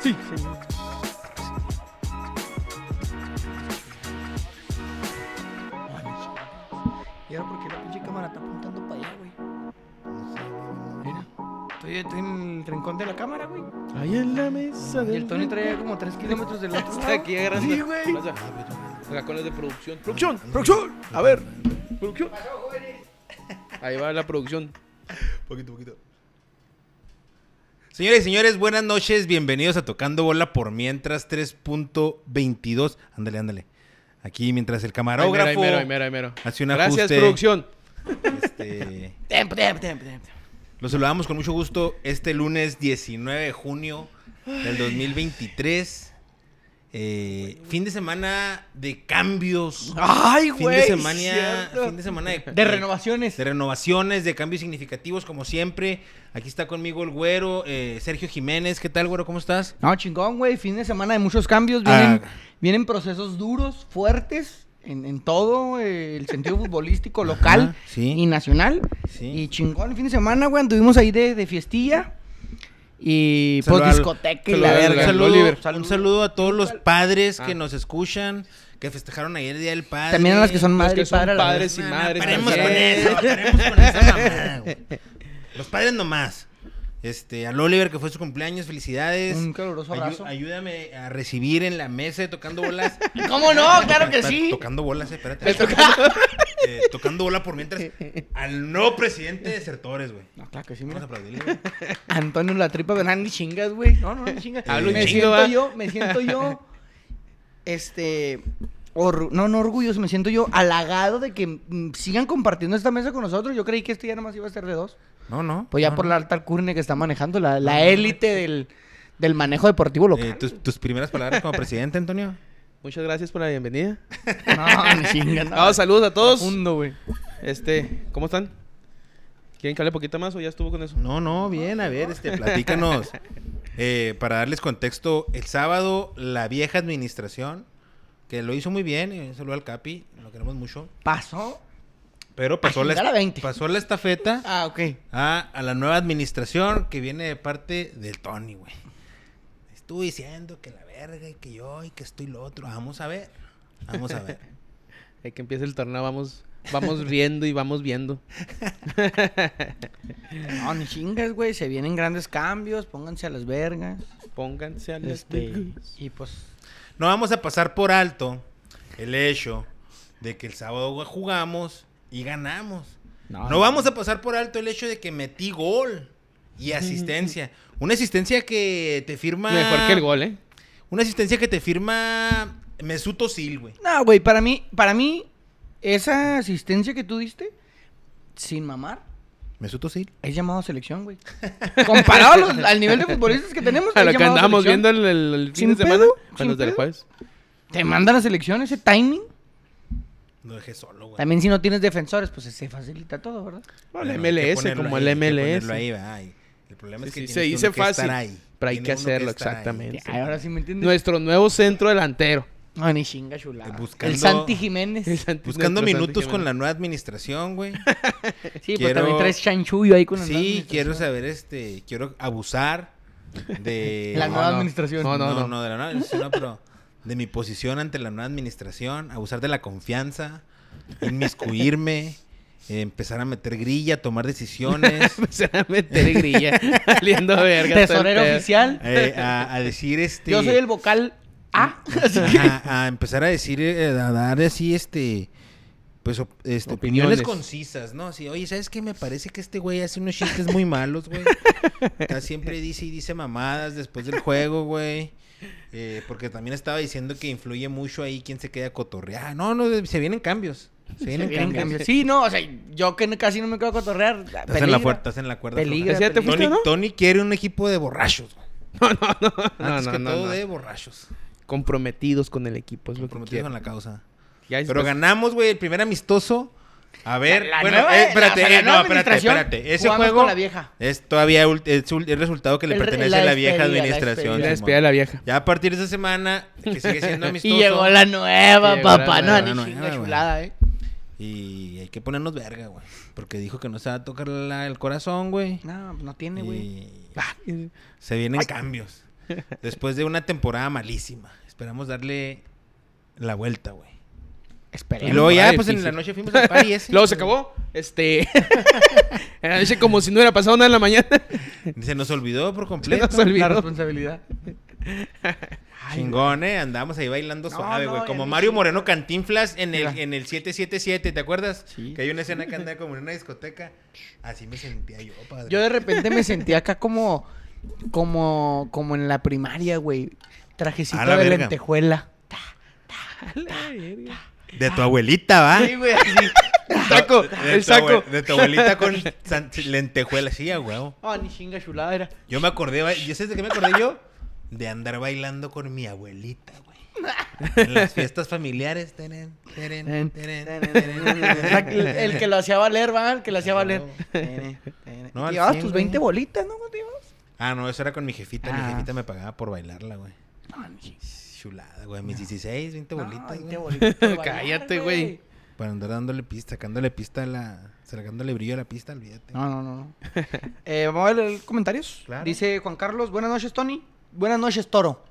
Sí, señor. ¿Y ahora por qué la pinche cámara está apuntando para allá, güey? Mira, estoy, estoy en el rincón de la cámara, güey. Ahí en la mesa Y el Tony trae como 3 kilómetros del otro Está lado. aquí agarrando. Sí, güey. Pasa. Acá con los de producción. ¡Producción! ¡Producción! A ver. ¡Producción! Ahí va la producción. Poquito, poquito. Señores y señores, buenas noches. Bienvenidos a Tocando Bola por Mientras 3.22. Ándale, ándale. Aquí mientras el Ahí mero, camarógrafo... ahí mero, ahí mero, ahí mero. Hace un Gracias, ajuste. producción. este, Tiempo, tiempo, tiempo, tiempo. los saludamos con mucho gusto este lunes 19 de junio del 2023. Eh, fin de semana de cambios. Ay, Fin de semana, fin de, semana de, De renovaciones. De renovaciones, de cambios significativos, como siempre. Aquí está conmigo el güero, eh, Sergio Jiménez. ¿Qué tal, güero? ¿Cómo estás? No, chingón, güey. Fin de semana de muchos cambios. Ah. Vienen, vienen procesos duros, fuertes, en, en todo eh, el sentido futbolístico local Ajá, sí. y nacional. Sí. Y chingón, el fin de semana, güey. Anduvimos ahí de, de fiestilla. Y pues Saludo al- discoteca y la saludo al- verga. un, Gran saludo, Oliver. un saludo a todos los padres que Ah. nos escuchan, que festejaron ayer el Día del Padre. También a las que son Los madre que y padre. son a la padres vez. y Nah, nah, madres. paremos con también. eso, paremos con esa mamada, güey. Los padres nomás. Este, al Oliver, que fue su cumpleaños, felicidades. Un caluroso Ayu- abrazo. ayúdame a recibir en la mesa de tocando bolas. ¿Cómo no? Claro que Espera, sí. Tocando bolas, eh, espérate. Eh, tocando bola por mientras al nuevo presidente de Sertores, güey. No, claro que sí, Vamos a mira. aplaudirle, güey. Antonio La Tripa Bernal, ni chingas, güey. No, no, ni chingas. Hablo un me chingo, siento ¿va? yo, me siento yo, este, orgu- no, no orgulloso, me siento yo halagado de que mm, sigan compartiendo esta mesa con nosotros. Yo creí que esto ya nomás iba a ser de dos. No, no. Pues ya no, por no. la alta alcurnia que está manejando, la, la élite del, del manejo deportivo Eh, local. ¿tus, tus primeras palabras como presidente, Antonio. Muchas gracias por la bienvenida. No, ni chingas, no. Ah, saludos a todos. Profundo, güey. Este, ¿cómo están? ¿Quieren que hable poquito más o ya estuvo con eso? No, no, bien, a ver, este, platícanos. Eh, para darles contexto, el sábado la vieja administración, que lo hizo muy bien, eh, un saludo al Capi, lo queremos mucho, Pasó. pero pasó, la, chingar a 20. pasó la estafeta Ah, ok. a, a la nueva administración que viene de parte del Tony, güey. Estuvo diciendo que la verga y que yo y que estoy lo otro. Vamos a ver. Vamos a ver. Hay que empiece el torneo, vamos, vamos viendo y vamos viendo. No, ni chingas, güey. Se vienen grandes cambios, pónganse a las vergas. Pónganse a las Este, pilas. y pues, No vamos a pasar por alto el hecho de que el sábado güey, jugamos y ganamos. No, vamos a pasar por alto el hecho de que metí gol y asistencia. Una asistencia que te firma. Mejor que el gol, ¿eh? Una asistencia que te firma Mesut Özil, güey. No, güey, para mí, para mí, esa asistencia que tú diste, sin mamar, Mesut Özil. es llamado selección, güey. Comparado a los- al nivel de futbolistas que tenemos, A es lo que llamado andábamos selección. viendo el, el- el fin Sin de semana. pedo, sin Bueno, del pedo. jueves. Te mandan a selección ese timing. Lo dejé solo, güey. También si no tienes defensores, pues se facilita todo, ¿verdad? Bueno, el Bueno, hay que MLS, ponerlo como ahí, el hay que MLS. ponerlo ahí, va, ahí. El problema Sí, es que sí, tiene se uno dice que estar fácil, ahí. pero hay que Tiene uno hacerlo, estar ahí. exactamente. Sí. Ay, ahora sí me entiendes. Nuestro nuevo centro delantero. No, ni chinga chulada. Eh, buscando- El Santi Jiménez. El Santi- Buscando nuestro Santi minutos con la Jiménez. nueva administración, güey. Sí, pues quiero- también traes chanchullo ahí con la nueva sí, quiero administración. saber, este, quiero abusar de... La No, nueva no, administración. No, no, no, no, no. de la nueva administración, no, pero de mi posición ante la nueva administración, abusar de la confianza, inmiscuirme, eh, empezar a meter grilla, tomar decisiones, Se va a meter grilla. Saliendo verga. todo el Tesorero pedo. oficial. eh, a, a decir este... Yo soy el vocal A. Así que- Ajá, a empezar a decir, eh, a dar así, este, pues, op- este, opiniones. Opiniones. concisas, ¿no? Así, oye, ¿sabes qué? Me parece que este güey hace unos chistes muy malos, güey. Acá siempre dice y dice mamadas después del juego, güey. Eh, porque también estaba diciendo que influye mucho ahí quién se queda a cotorrear. Ah, No, no, se vienen cambios. Se Se vienen vienen cambios. cambios. Sí, no, o sea, yo que no- casi no me quedo a cotorrear. Estás en la puerta, estás en la cuerda. floja. Peligra, Ese ya te peligra. fuiste, Tony, ¿no? Tony quiere un equipo de borrachos, güey. No, Antes no, que no, todo no. de borrachos. Comprometidos con el equipo. Es lo que Comprometidos quiero. con la causa. Ya es- pues, Pero ganamos, güey, el primer amistoso. A ver, pues La bueno, nueva- eh, espérate, la- o sea, la eh, no, nueva espérate, administración espérate. Ese jugamos juego con la vieja. es todavía ult- es ul- el resultado que le El re- pertenece la a la vieja despedida, la administración. despedida. Ya Simón. despedida de la vieja. Ya a partir de esa semana, que sigue siendo amistoso. Y llegó la nueva, Llegó la papá. no, nueva, la ni nueva, chinga güey. chulada, eh. Y hay que ponernos verga, güey. Porque dijo que no se va a tocar la- el corazón, güey. No, no tiene, güey. Y Ah, eh, se vienen cambios. Después de una temporada malísima. Esperamos darle la vuelta, güey. Esperemos. Y luego ya, temporada pues en la difícil. noche fuimos al ¿eh? party ese. Luego se acabó. Este. en la noche como si no hubiera pasado nada en la mañana. Se nos olvidó por Se completo. nos olvidó. La responsabilidad. Chingón, eh. Andamos ahí bailando No, suave, no, güey. ya como ni Mario sé. Moreno Cantinflas en el, Mira. en el 777, ¿te acuerdas? Sí. Que hay una escena que anda como en una discoteca. Así me sentía yo, padre. Yo de repente me sentí acá como, como, como en la primaria, güey. Trajecito A la de verga. lentejuela. De tu abuelita, ¿va? Sí, güey, así. El saco. De El tu abue- saco. De tu abuelita con san- lentejuelas. Sí, a huevo. Ah, ni chinga chulada era. Yo me acordé, ba- ¿yo sabes de qué me acordé yo? De andar bailando con mi abuelita, güey. En las fiestas familiares. teren, teren, Ten, teren, ten, teren, La que- teren. el que lo hacía valer, va, el que lo hacía valer. No, al Llevabas cien, tus güey. 20 bolitas, ¿no? ¿Cuánto llevabas? Ah, no, eso era con mi jefita. Mi Ah. jefita me pagaba por bailarla, güey. No, ni chinga. Chulada, güey. Mis 16, 20 No, bolitas, 20 güey. bolitas por bailar, Cállate, güey. Para andar dándole pista, sacándole pista a la... Sacándole brillo a la pista, olvídate. No, no, no. no. Eh, Vamos a ver los comentarios. Claro. Dice Juan Carlos, buenas noches, Tony. Buenas noches, Toro.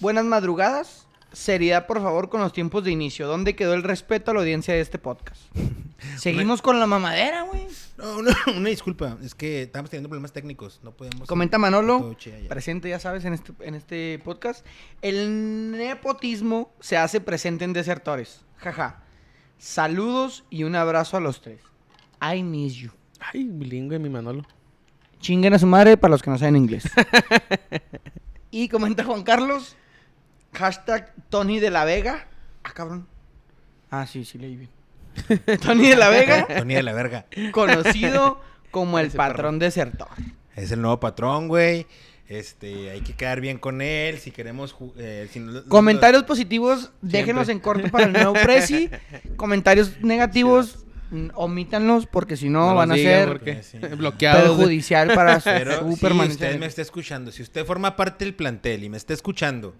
Buenas madrugadas. Seriedad, por favor, con los tiempos de inicio. ¿Dónde quedó el respeto a la audiencia de este podcast? Seguimos con la mamadera, güey. No, una, una disculpa. Es que estábamos teniendo problemas técnicos. No podíamos... Comenta Manolo, Todo chida ya. presente ya sabes en este, en este podcast. El nepotismo se hace presente en desertores. Jaja. Saludos y un abrazo a los tres. I miss you. Ay, mi lengua mi Manolo. Chinguen a su madre para los que no saben inglés. y comenta Juan Carlos. Hashtag Tony de la Vega. Ah, cabrón. Ah, sí, sí leí bien. Tony de la Vega, Tony de la verga. conocido como el Ese perro. patrón desertor. Es el nuevo patrón, güey. Este, hay que quedar bien con él. Si queremos... ju- eh, si no- Comentarios positivos, déjenos en corto para el nuevo Prezi. Comentarios negativos, mm, omítanlos porque si no, los van a digan ser porque- Sí. Bloqueados. de- perjudicial para su Pero su si permanencia en usted el- me está escuchando, si usted forma parte del plantel y me está escuchando,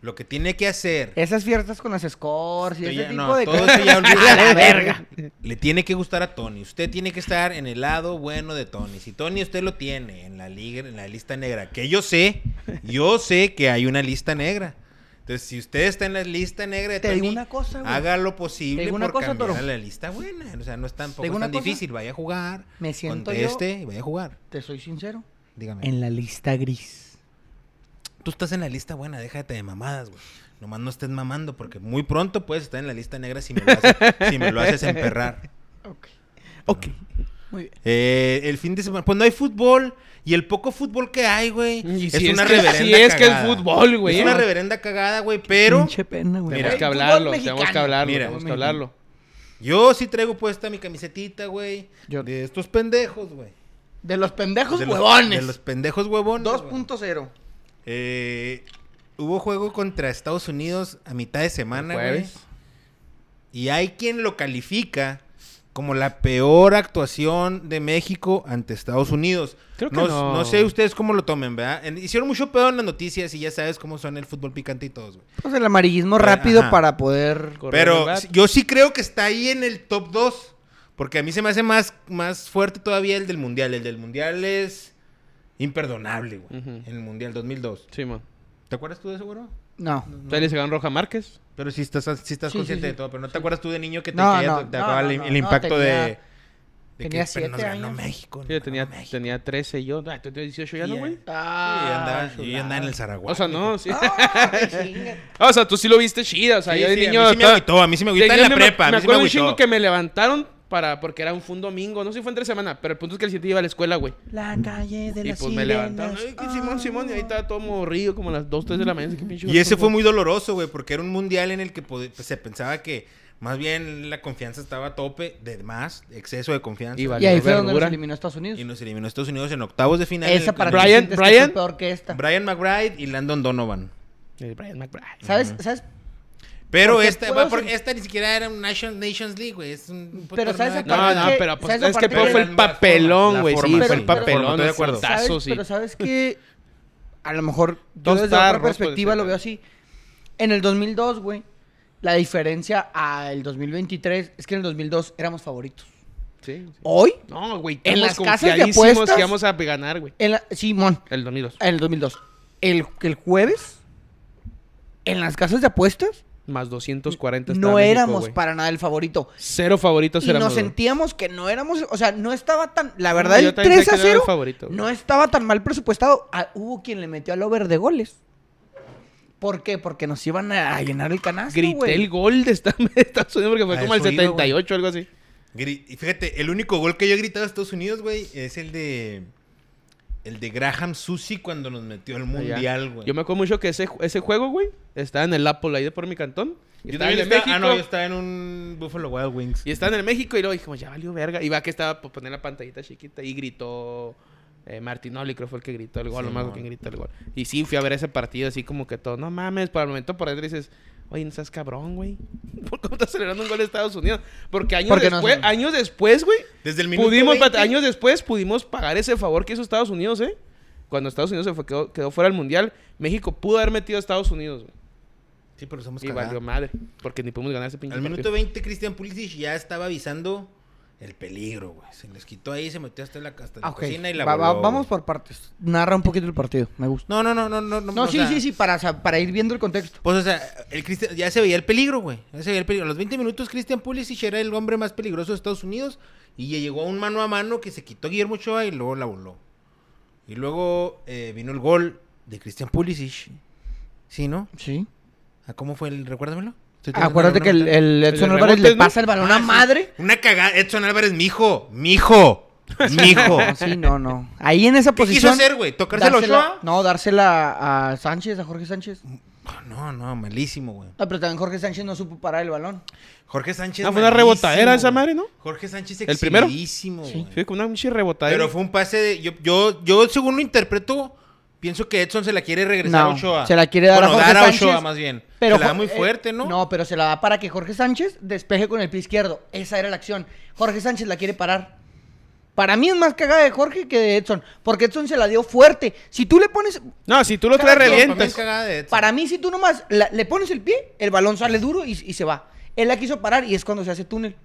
lo que tiene que hacer... Esas fiestas con las scores y Esto ese ya- tipo no, de todo cosas. eso ya A la olvídalo. verga. Le tiene que gustar a Tony. Usted tiene que estar en el lado bueno de Tony. Si Tony usted lo tiene en la liga, en la lista negra, que yo sé, yo sé que hay una lista negra. Entonces, si usted está en la lista negra de Te Tony, digo una cosa, güey. haga lo Te posible digo una por cosa, cambiar Toro. a la lista buena. O sea, no es tampoco Te digo es una tan cosa. difícil. Vaya a jugar, Me siento yo- conteste y vaya a jugar. Te soy sincero. Dígame. En la lista gris. Tú estás en la lista buena, déjate de mamadas, güey. Nomás no estés mamando porque muy pronto puedes estar en la lista negra si me lo haces, si me lo haces emperrar. Ok. Ok. Muy bien. Eh, el fin de semana, pues no hay fútbol. Y el poco fútbol que hay, güey. Y es si una es que- reverenda. si es que el cagada. fútbol, güey, Es una ¿no? reverenda cagada, güey. Pero Pinche pena, güey. Tenemos Mira. que Fútbol hablarlo, mexicano. tenemos que hablarlo, Mira. tenemos que hablarlo. yo sí traigo puesta mi camisetita, güey. Yo- De estos pendejos, güey. De los pendejos De los- huevones. De los pendejos huevones. güey. 2.0. Eh, hubo juego contra Estados Unidos a mitad de semana, El güey. jueves. Y hay quien lo califica como la peor actuación de México ante Estados Unidos. Creo que no, no. no sé ustedes cómo lo tomen, ¿verdad? En- hicieron mucho pedo en las noticias y ya sabes cómo son el fútbol picante y todos, güey. Pues el amarillismo Pero, rápido ajá. para poder. Correcto. Correr el Pero bat. sí- yo sí creo que está ahí en el top 2. Porque a mí se me hace más, más fuerte todavía el del Mundial. El del Mundial es imperdonable, güey. Ujú. El Mundial 2002. Sí, man. ¿Te acuerdas tú de eso, güey? No. Ustedes se ganó Roja Márquez. Pero sí estás, sí estás Sí, consciente sí, sí. de todo, pero no te acuerdas tú de niño que te, No, que ya no, te- te no, acababa no, el, no, el no, impacto de, tenía- de tenía pero nos siete ganó años. México. nos Sí, yo ganó tenía, México. tenía 13 yo. Ah, tú tenías 18 ya, Sí, ¿no, ya. güey? Sí, yo andaba- Ah, yo ya andaba en el Zaraguá. O sea, no, Ah, sí. te chingas. Ah, o sea, tú sí lo viste chida. O sea, Sí, yo de sí, niño. a mí sí me estaba- agüitó, a mí sí me de agüitó en niño la me- prepa, a Me mí sí me acuerdo un chingo agüitó. que me levantaron para. Porque era un, fue un domingo. No sé si fue entre semana, pero el punto es que el 7 iba a la escuela, güey. La calle de Y las pues me levantaron. Ay, que Simón, Simón. Y ahí estaba todo morrido, como a las 2, 3 de la mañana. qué pinche Y ese güey. fue muy doloroso, güey, porque era un mundial en el que pod- pues, se pensaba que más bien la confianza estaba a tope, de más, exceso de confianza. Y Y, valió Y ahí fue donde nos vergura. eliminó Estados Unidos. nos eliminó Estados Unidos en octavos de final. en Esa el- para Brian- ti sientes que Brian- fue peor que esta. Brian McBride y Landon Donovan. El Brian McBride. ¿Sabes? ¿Sabes? Pero Porque esta, puedo porque sen- esta ni siquiera era un Nation- Nations League, güey. Es un Pero torneo ¿sabes de- a No, Aparte no, que- pero pues, ¿sabes lo es que aparte peor que- fue el La forma, papelón, la güey. forma, Sí, sí, fue el la forma, papelón. estoy de el acuerdo. putazo, ¿Sabes? sí. Pero sabes que a lo mejor yo Todo desde está otra roto, perspectiva etcétera. lo veo así. En el 2002, güey, La diferencia al 2023 es que en el 2002 éramos favoritos. Sí. sí. Hoy, No, güey. En estamos las casas de confiadísimos apuestas- que vamos a ganar, güey. en la- Simón, El 2002. en el 2002. El, el jueves, en las casas de apuestas, Más 240. estaba no México, éramos güey. para nada el favorito. Cero favoritos Y éramos. nos güey. sentíamos que no éramos, o sea, no estaba tan, la No, verdad, yo el también sé 3 que a no era el 0 favorito, güey. no estaba tan mal presupuestado. Ah, hubo quien le metió al over de goles. ¿Por qué? Porque nos iban a llenar el canasto, Grité güey. el gol de Estados de Estados Unidos porque fue A como el eso iba, güey. 78 o algo así. Gri- y fíjate, el único gol que yo he gritado a Estados Unidos, güey, es el de. El de Graham Susi cuando nos metió al mundial, güey. Yo me acuerdo mucho que ese, ese juego, güey, estaba en el Apple ahí de por mi cantón. Y Yo estaba en también el estaba- México. Ah, no, yo estaba en un Buffalo Wild Wings. Y estaba en el México y luego dijimos, ya valió verga. Y va que estaba por poner la pantallita chiquita y gritó eh, Martinoli, creo fue el que gritó el gol, no me acuerdo Simón. quién gritó el gol. Y sí, fui a ver ese partido así como que todo, no mames, por el momento por dentro dices, oye, no seas cabrón, güey. ¿Por qué estás celebrando un gol de Estados Unidos? Porque años Porque no después, son- años después, güey, Desde el minuto. pudimos, 20, años después pudimos pagar ese favor que hizo Estados Unidos, ¿eh? Cuando Estados Unidos se fue, quedó, quedó fuera del Mundial, México pudo haber metido a Estados Unidos, güey. Sí, pero somos Y cagada. valió madre, porque ni pudimos ganar ese pinche Al minuto partido. 20, Christian Pulisic ya estaba avisando el peligro, güey. Se les quitó ahí, se metió hasta la, hasta la Ah, ok. cocina y la Va- va- voló, vamos güey. por partes. Narra un poquito el partido, me gusta. No, no, no, no, no. No, o sí, sea, sí, sí, para, sa- para ir viendo el contexto. Pues, o sea, el Cristian- ya se veía el peligro, güey. Ya se veía el peligro. A los 20 minutos, Christian Pulisic era el hombre más peligroso de Estados Unidos. Y ya llegó a un mano a mano que se quitó Guillermo Ochoa y luego la voló. Y luego eh, vino el gol de Christian Pulisic. ¿Sí, no? Sí. ¿A cómo fue el? Recuérdamelo. Estoy tratando de Ah, Acuérdate que el, remontar. el Edson El de Álvarez rebotes, le ¿no? pasa el balón a Ah, sí. madre. Una cagada. Edson Álvarez, mijo. Mijo. Mijo. No, Oh, sí, no, no. Ahí en esa ¿Qué posición. quiso hacer, güey? ¿Tocárselo a dársela- Ochoa? No, dársela a Sánchez, a Jorge Sánchez. No, no, malísimo, güey. Ah, pero también Jorge Sánchez no supo parar el balón. Jorge Sánchez. Ah, fue una malísimo, rebotadera esa güey. madre, ¿no? Jorge Sánchez ¿El primero? exhibidísimo, Sí. güey. Fue con una pinche rebotadera. Pero fue un pase de. Yo, yo, yo, según lo interpreto, pienso que Edson se la quiere regresar No, a Ochoa. se la quiere dar a Bueno, Jorge dar a Sánchez, Ochoa, más bien. Pero se la da Jo- muy eh, fuerte, ¿no? No, pero se la da para que Jorge Sánchez despeje con el pie izquierdo. Esa era la acción. Jorge Sánchez la quiere parar. Para mí es más cagada de Jorge que de Edson. Porque Edson se la dio fuerte. Si tú le pones. No, si tú lo traes Para mí es revientas. cagada de Edson. Para mí, si tú nomás la- le pones el pie, el balón sale duro y, y se va. Él la quiso parar y es cuando se hace túnel.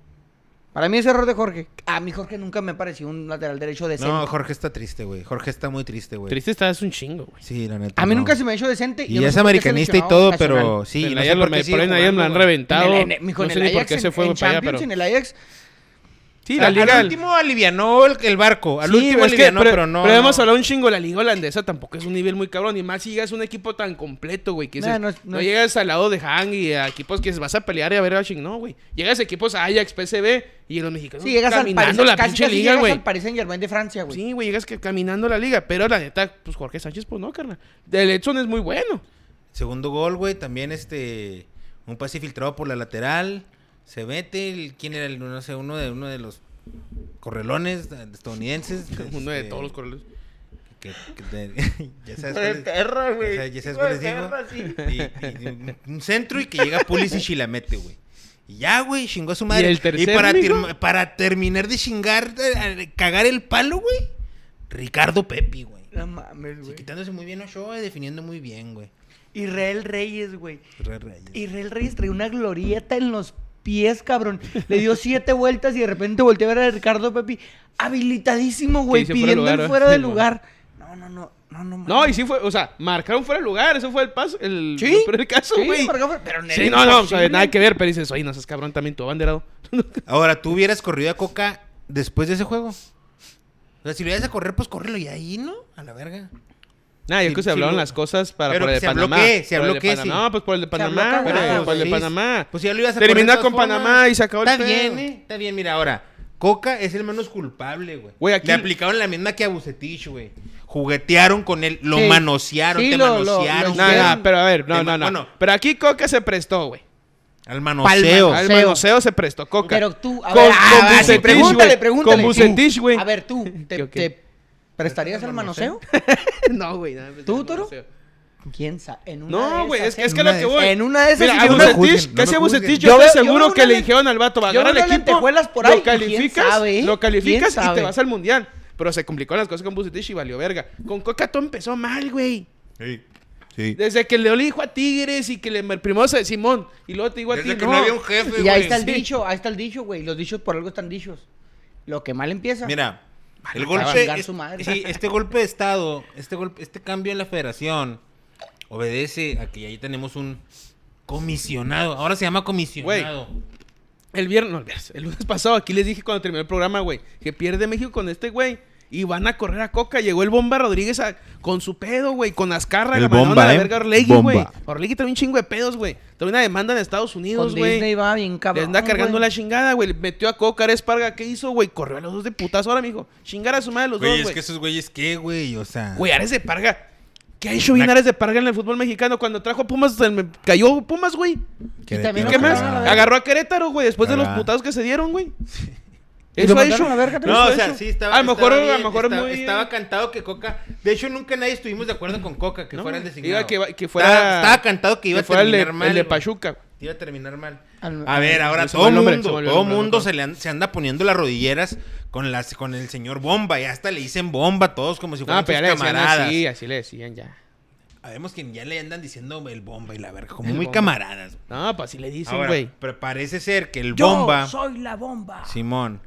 Para mí es error de Jorge. A mí Jorge nunca me pareció un lateral derecho decente. No, Jorge está triste, güey. Jorge está muy triste, güey. Triste está, es un chingo, güey. Sí, la neta. a mí no. nunca se me ha hecho decente. Y yo no ya sé por es qué americanista y seleccionado todo, nacional. pero sí. el no sé ayer por lo, qué me, sigue por ahí en ayer me jugando, han güey. En reventado. el- en- mijo, en no sé el ni por Ajax, qué se en- fue en güey, para allá, Champions, pero... en el Ajax. Sí, Al- la liga... Al último alivianó el, el barco. Al Sí, último es que, alivianó, pero, pero, no. pero hemos no. hablado un chingo. La liga holandesa tampoco es un nivel muy cabrón. Y más si llegas a un equipo tan completo, güey. Que No, dices, no, no es- no es- llegas al lado de Han y a equipos que vas a pelear y a ver a ching. No, güey. Llegas a equipos Ajax, PSV y los mexicanos Sí, llegas al Paris, caminando la casi, pinche casi liga, llegas güey. al Paris Saint Germain de Francia, güey. Sí, güey, llegas que caminando la liga. Pero la neta, pues Jorge Sánchez, pues no, carnal. El Edson es muy bueno. Segundo gol, güey. También este. Un pase filtrado por la lateral. Se mete. El, ¿Quién era el? No sé, uno de, uno de los correlones eh, estadounidenses. Uno de este, todos los corredores. que- que te- ya sabes cuál es- perra, ya sabes- ya sabes cuáles digo. Y- y un- un centro y que llega Pulisic y la mete, güey. Y ya, güey, chingó a su madre. ¿Y el tercer, para, mijo? term- para terminar de chingar, eh, eh, cagar el palo, güey. Ricardo Pepi, güey. No mames, Sí, güey. quitándose muy bien Ochoa y definiendo muy bien, güey. Israel Reyes, güey. Re Reyes. Israel Reyes traía una glorieta en los pies, cabrón. Le dio siete vueltas y de repente volteó a ver a Ricardo Pepi habilitadísimo, güey, hizo fuera de pidiendo lugar, el ¿eh? fuera de Sí, mo. lugar. No, no, no, no, no. No, y sí fue, o sea, marcaron fuera de lugar, eso fue el paso, el, Sí. pero el caso, Sí, güey. marcó fuera- pero no Sí, era no, no, o sea, imposible. nada que ver, pero dices, oye, no seas cabrón también tu abanderado. Ahora, ¿tú hubieras corrido a Coca después de ese juego? O sea, si lo ibas a correr, pues córrelo y ahí, ¿no? A la verga. Nada, yo Sí, creo que se sí, hablaron lo- las cosas para Pero por el de ¿se habló Panamá. qué? ¿Se Por el habló de qué? Panamá. Sí. No, pues por el de habló Panamá, cagado. güey, Pero, por el de sí, Panamá. Ah, Pues ya lo ibas a Terminó correr de con todas formas. Panamá y se acabó el Está pedo. bien, ¿eh? Está bien, mira, ahora. Coca es el menos culpable, güey. Güey, aquí- Le aplicaron la misma que a Bucetich, güey. Juguetearon con él, lo Sí. manosearon, Sí, te lo- lo- lo manosearon. hicieron. Nada, güey. nada, pero a ver, no, no, Te ma- no. bueno. Pero aquí Coca se prestó, güey. Al manoseo. Palma- Al Seo. manoseo se prestó Coca. Pero tú, a Con- ver, con ah, va, sí, Bucetich, pregúntale, güey. pregúntale. Con Tú, Bucetich, güey. A ver, tú, ¿te, ¿Qué, qué? te prestarías al manoseo? no, güey. nada, pues, ¿Tú, no, Toro? no sé. ¿Quién sabe? En una de No, esas, güey, es, ¿eh? es que lo que una de- voy. en una de esas Mira, sí a no me Bucetich, juzguen, no casi me a juzguen. Bucetich, Yo yo, veo- estoy yo seguro veo que una le len- dijeron al vato, va a yo agarrar veo al una equipo, lentejuelas por ahí, lo ¿quién calificas, sabe? lo ¿Quién calificas y sabe? te vas al mundial. Pero se complicó las cosas con Bucetich y valió verga. Con Coca todo empezó mal, güey. Sí. Sí. Desde que le dijo a Tigres y que le primero se Simón y luego te digo a ti. Desde que no. no había un jefe, Y ahí güey. está el sí. dicho, ahí está el dicho, güey. Los dichos por algo están dichos. Lo que mal empieza. Mira, Para el golpe, chingar es- su madre. sí, este golpe de estado, este golpe, este cambio en la Federación obedece a que ahí tenemos un comisionado. Ahora se llama comisionado. El viernes, no, el viernes, el lunes pasado, aquí les dije cuando terminó el programa, güey, que pierde México con este güey. Y van a correr a Coca. Llegó el Bomba Rodríguez a- con su pedo, güey. Con Azcárraga. El mandaron Bomba, a la ¿eh? verga a Orlegui, Bomba. güey. Orlegui trae un chingo de pedos, güey. Trae una demanda en Estados Con Unidos, Disney güey. va bien Le cabrón. anda cargando güey. la chingada, güey. Le Metió a Coca, era Esparga. ¿Qué hizo, güey? Corrió a los dos de putas ahora, mijo. Chingar a su madre los Güey, dos, es güey. que esos güeyes, ¿qué, güey? O sea, Güey, Ares de Parga. ¿Qué ha hecho bien Ares de Parga en el fútbol mexicano? Cuando trajo a Pumas, se me cayó Pumas, güey. y también Pero ¿Y qué no más? cagaron a la verga. Agarró a Querétaro, güey, después de los Cagaron. putados que se dieron, güey. Y Eso lo ha mandaron hecho. a la verga también. Eso No, ha o sea, hecho. sí estaba. A lo mejor, estaba bien, a lo mejor estaba, muy. estaba cantado que Coca. De hecho, nunca nadie estuvimos de acuerdo con Coca, que No, fuera el iba designado. que va- que fuera- Estaba, estaba cantado que que iba fuera a el de, terminar mal. el de güey. Pachuca. güey. Iba a terminar mal. Al- A ver, ahora se me todo el olvidó el nombre, mundo, se me olvidó el todo nombre, no mundo me se, le an- se anda poniendo las rodilleras con las con el señor Bomba y hasta le dicen Bomba todos como si fueran No, pero ya le sus decían camaradas. así, así le decían ya. Sabemos que ya le andan diciendo el Bomba y la verga como El muy Bomba. camaradas. No, pues así le dicen, Ahora, güey. pero parece ser que el Yo Bomba soy la bomba. Simón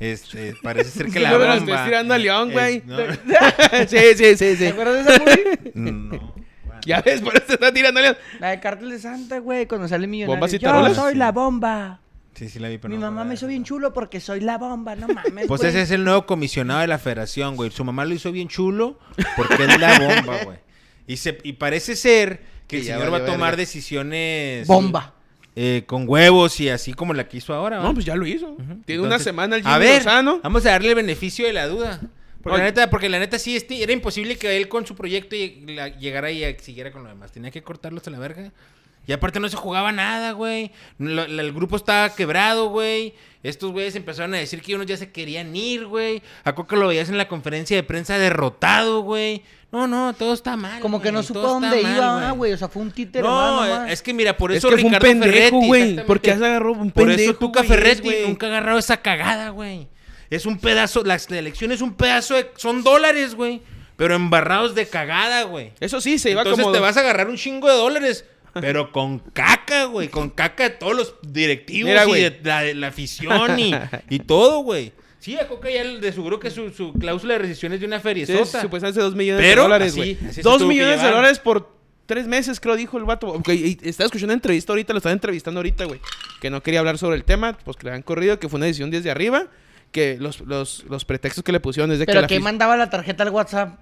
este, parece ser que Sí, la luego bomba. nos estoy tirando a eh, León, eh, güey. no, sí, sí, sí, ¿Te sí. acuerdas de esa movie? no. Ya ves, por eso está tirando a León. La de Cártel de Santa, güey, cuando sale ¿Bombas y millonario. Yo tarolas? soy Sí. la bomba. Sí, sí la vi, pero Mi no mamá acuerdo me de hizo eso. bien chulo porque soy la bomba, no mames. Pues güey. ese es el nuevo comisionado de la federación, güey. Su mamá lo hizo bien chulo porque es la bomba, güey. Y, se, y parece ser Que que el ya señor va valió a tomar verga. decisiones... Bomba. eh, con huevos y así como la que hizo ahora, No, pues ya lo hizo. Tiene una semana el A Jimmy ver, Lozano. vamos a darle el beneficio de la duda. Porque la, Oye. neta, porque la neta sí, este, era imposible que él con su proyecto lleg- la- llegara y a- siguiera con lo demás. Tenía que cortarlos a la verga. Y aparte no se jugaba nada, güey. Lo- la- el grupo estaba quebrado, güey. Estos güeyes empezaron a decir que unos ya se querían ir, güey. A Coca lo veías en la conferencia de prensa derrotado, güey. No, no, todo está mal. Como que güey, no supo todo está dónde mal, iba, ah, güey. O sea, fue un títere. No, más nomás. es que mira, por Es eso que fue un Ricardo pendejo, Ferretti, güey. exactamente. Porque has agarrado un Por pendejo. eso Tuca güey, Ferretti güey. nunca ha agarrado esa cagada, güey. Es un pedazo, la elección es un pedazo de... Son dólares, güey. Pero embarrados de cagada, güey. Eso sí, se iba Entonces como. te vas a agarrar un chingo de dólares. Pero con caca, güey. Con caca de todos los directivos Mira, y güey. de la, de la afición y, y todo, güey. Sí, a Coca ya le aseguró que su, su cláusula de rescisión es de una feria. Sí, pues, supuestamente dos millones de Pero dólares, así, güey. así se Dos tuvo que millones de llevar. dólares por tres meses, creo, dijo el vato. Ok, y estaba escuchando una entrevista ahorita, lo están entrevistando ahorita, güey. Que no quería hablar sobre el tema, pues que le han corrido, que fue una decisión desde arriba. Que los, los, los pretextos que le pusieron es de que Pero la que afic- mandaba la tarjeta al WhatsApp.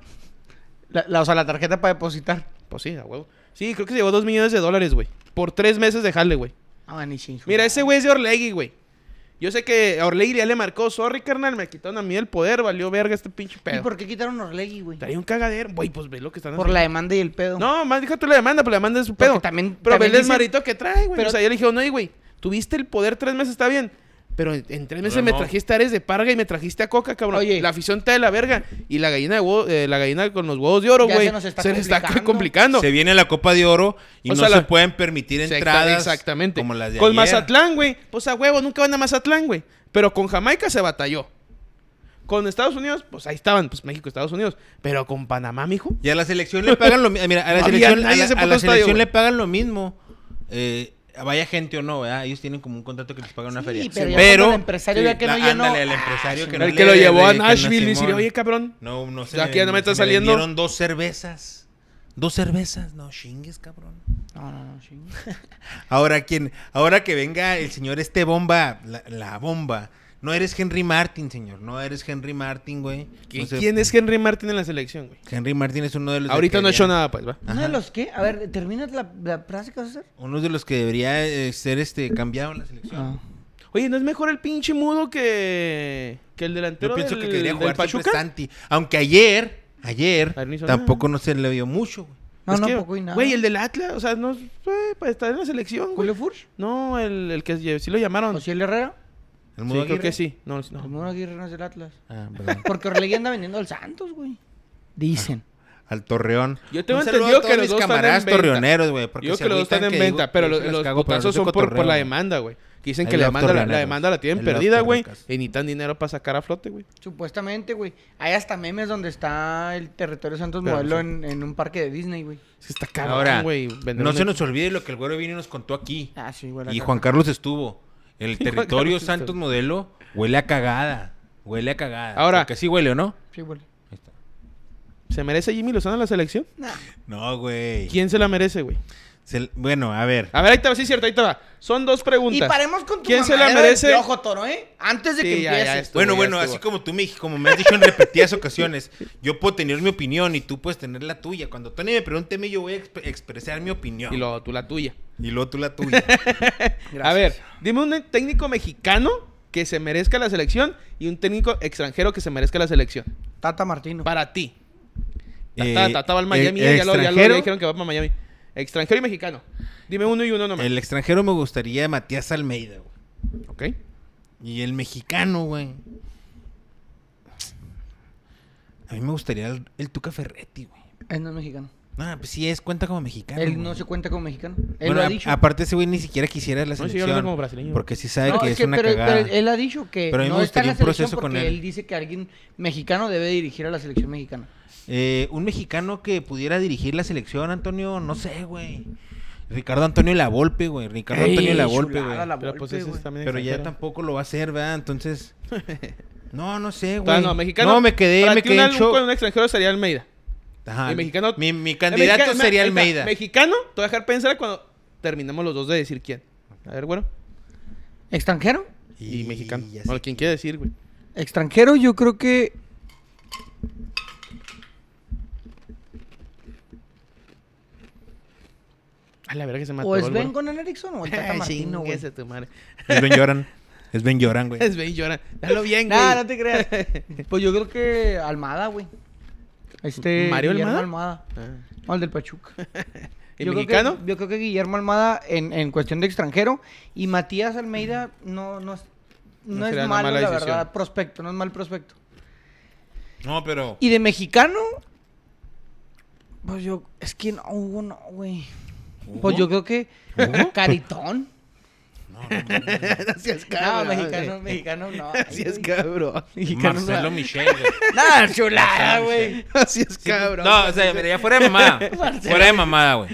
La- la- o sea, la tarjeta para depositar. Pues sí, a huevo. Sí, creo que se llevó dos millones de dólares, güey. Por tres meses de jale, güey. Ah, ni chingo. Mira, ese güey es de Orlegui, güey. Yo sé que a Orlegui ya le marcó, sorry, carnal, me quitaron a mí el poder, valió verga este pinche ¿Y pedo. por qué quitaron Orlegui, güey? Traía un cagadero, güey, pues ve lo que están Por la demanda y el pedo. No, más déjate la demanda, pero la demanda pues es su Porque pedo. también- pero también ve el dicen- marito que trae, güey. Pero- O sea, yo le dije, no, güey, tuviste el poder tres meses, está bien. Pero en en tres meses me no. trajiste a Ares de Parga y me trajiste a Coca, cabrón. Oye. La afición está de la verga. Y la gallina, de huevo- eh, la gallina con los huevos de oro, Ya güey. se nos está le está complicando. complicando. Se viene la Copa de Oro y O no sea, se la- pueden permitir Exacta- entradas Exactamente. como las de con ayer. Mazatlán, güey. Pues a huevo, nunca van a Mazatlán, güey. Pero con Jamaica se batalló. Con Estados Unidos, pues ahí estaban, pues México, Estados Unidos. Pero con Panamá, mijo. Y a la selección le pagan lo mismo. Mira, a la No había selección, nadie a la- ese a puto la estadio, selección güey. le pagan lo mismo. eh, vaya gente o no, ¿verdad? Ellos tienen como un contrato que les pagan una Sí, pero feria. ya ah, cuando el empresario vea que la- no llenó, ándale, el empresario que no el le- que lo llevó a le- que no Nashville y Simón. decía, oye, cabrón. No, no sé. Ya aquí ya no me está saliendo. dieron dos cervezas. Dos cervezas. No, chingues, cabrón. No, no, no, chingo. Ahora quien, ahora que venga el señor este bomba, la, la bomba. No eres Henry Martin, señor. No eres Henry Martin, güey. ¿Qui- No sé. ¿Quién es Henry Martin en la selección, güey? Henry Martin es uno de los que Ahorita no ha hecho querían- nada, pues, va. ¿Uno Ajá. de los qué? A ver, ¿terminas la, la frase que vas a hacer? Uno de los que debería eh, ser este cambiado en la Ah. selección. Oye, ¿no es mejor el pinche mudo que, que el Yo delantero pienso del, que quería del jugar siempre Pachuca? Santi. Aunque ayer, ayer, Ayer no hizo tampoco no se le vio mucho. güey. No, Es no, que, poco y nada. Güey, el del Atlas, o sea, no fue para estar en la selección, güey. Julio Furch. No, el, el que sí lo llamaron. Sí, Ociel Herrera. El Mudo creo Aguirre. que sí. No, No. no. El Mudo Aguirre no es del Atlas. Ah, perdón. Porque Orlegui anda vendiendo al Santos, güey. Dicen. Al Torreón. Yo tengo Un saludo entendido a todos que los mis dos están en camaradas venta. torreoneros, güey. Yo porque creo se que los dos agüitan están en que digo- venta, pero que yo los, se las los cago por putazos hacer son por, por cotorreo, la güey. demanda, güey. Que dicen Ahí que la el demanda doctor la, la Renegas. demanda la tienen El perdida, doctor güey. Renegas. Y necesitan dinero para sacar a flote, güey. Supuestamente, güey. Hay hasta memes donde está el territorio Santos Claro, Modelo sí. en, en un parque de Disney, güey. Es que está Ahora, cabrón, güey. vender No una- se nos olvide lo que el güero vino y nos contó aquí. Ah, sí, güey. la Y caca. Juan Carlos estuvo. El territorio Carlos Santos estuvo. Modelo huele a cagada. Huele a cagada. Ahora- Porque sí huele, ¿o no? Sí, güey. Ahí está. ¿Se merece Jimmy Lozano la selección? Nah. No, güey. ¿Quién se la merece, güey? Se- bueno, a ver. A ver, ahí te va, sí, cierto, ahí te va. Son dos Y preguntas. paremos con tu ¿Quién se la mamadera del merece? Piojo Toro, ¿eh? Antes de Sí, que ya, empiece. ya estuvo, Bueno, ya bueno, estuvo. así como tú me, como me has dicho en repetidas ocasiones, yo puedo tener mi opinión y tú puedes tener la tuya. Cuando Tony me pregunte a mí, yo voy a exp- expresar mi opinión. Y luego tú la tuya. Y luego tú la tuya. A ver, dime un técnico mexicano que se merezca la selección y un técnico extranjero que se merezca la selección. Tata Martino. Para ti. Eh, Tata, Tata va al Miami, el ya, lo, ya lo- ya extranjero- dijeron que va para Miami. Extranjero y mexicano. Dime uno y uno nomás. El extranjero me gustaría Matías Almeida, güey. Ok. Y el mexicano, güey. A mí me gustaría el, el Tuca Ferretti, güey. Él no es mexicano. Ah, pues sí es, cuenta como mexicano. Él güey. no se cuenta como mexicano. Él Bueno, lo ha a- dicho. aparte ese güey ni siquiera quisiera la sí, yo lo selección. veo como brasileño. Porque sí sabe No, que es, una pero, cagada. pero él ha dicho que Pero a mí me no está en la gustaría un selección proceso con porque él. él dice que alguien mexicano debe dirigir a la selección mexicana. Eh, un mexicano que pudiera dirigir la selección, Antonio, no sé, güey. Ricardo Antonio Lavolpe, güey. Ricardo Antonio Lavolpe, chulada, güey. la Pero Volpe, pues ese güey. es también Pero ya extranjero. tampoco lo va a hacer, ¿verdad? Entonces. No, no sé, güey. Todavía no, mexicano. No, me quedé, Para me ti quedé un en algún- shock. con un extranjero sería Almeida. Ajá. el mexicano- Mi, mi El candidato mexica- me- sería ahí está, Almeida. Mexicano, te voy a dejar pensar cuando terminemos los dos de decir quién. A ver, bueno. ¿Extranjero? Y, mexicano. ya Bueno, sé. quien quiere decir, güey. Extranjero, yo creo que. A la verga que se O me atoró es el Ben güey. Conan Erickson o el Tata Martino, güey. Chingues a tu madre. Es Ben Lloran. Es Ben Lloran, güey. Es Ben llora. Dalo bien, güey. Nah, no te creas. Pues yo creo que Almada, güey. Este. ¿Mario Guillermo Almada? Ah. No, el del Pachuca. ¿Y Yo creo que- mexicano? yo creo que Guillermo Almada en, en cuestión de extranjero y Matías Almeida no, no es, no No es sería una malo, mala la decisión. verdad. Prospecto, no es mal prospecto. No, pero. Y de mexicano, pues yo, es que no, Hugo no, güey. Pues yo creo que Caritón. No, no, no. No seas No, cabrón, mexicano, güey. mexicano no. Así es güey. cabrón. Mexicano no. Marcelo Michel, güey. Nada, chulada, güey. Así es cabrón. No, o sea, mira, ya fuera de mamada. Marcelo. fuera de mamada, güey.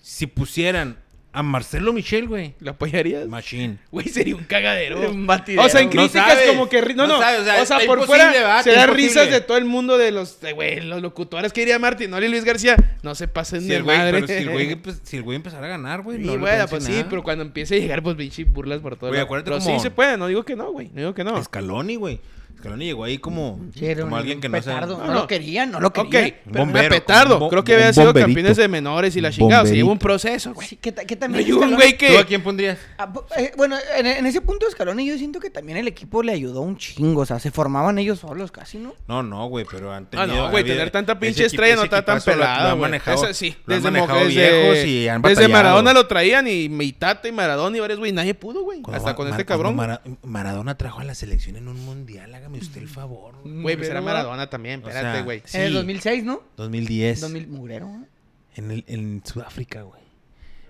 Si pusieran a Marcelo Michel, güey. ¿Lo apoyarías? Machine. Güey, sería un cagadero. Un batidero, O sea, en güey. críticas No sabes, como que... ri- No, no no. sabes, o o sea, sea, está por imposible, fuera va, se da está risas imposible. de todo el mundo de los... de, Güey, los locutores que diría Martín Oli y Luis García. No se pasen Si de el, güey, madre. pero si, el güey, pues, si el güey empezara a ganar, güey. Y no le bueno, parece pues sí, nada. pero cuando empiece a llegar, pues pinche burlas por todo Güey, lado. acuérdate Pero como- sí se puede, no digo que no, güey. No digo que no. Scaloni, güey. Scaloni llegó ahí como, Sí, era como un alguien que no sabe. petardo. No, No, no. lo querían, no lo ok, querían. pero Bombero, era como petardo. un bo- Creo que un había sido bomberito. campeones de menores y la chingada. O sea, Bomberito. lleva un proceso, güey. Sí, que, ta- que No también hay un Scaloni- güey ¿Tú a que... quién pondrías? Ah, po- eh, bueno, en, en ese punto de Scaloni yo siento que también el equipo le ayudó un chingo. O sea, se formaban ellos solos casi, ¿no? No, no, güey, pero han Ah, tenido... no, güey, había- tener tanta pinche ese equipo- estrella no ese está tan equipazo lo- Lo pelado, han güey. manejado, Eso sí, lo han desde, manejado Mo- desde- viejos y han desde batallado. Maradona lo traían y Meitata y Maradona y varios güey, nadie pudo, güey. Cuando Hasta Ma- con Mar- este cuando cabrón. Mara- Maradona trajo a la selección en un mundial, hágame usted el favor. güey. Güey, pues era Maradona también, O espérate, sea, güey. En el Sí. 2006, ¿no? 2010. 2000, mugrero. ¿eh? En, el- en Sudáfrica, güey.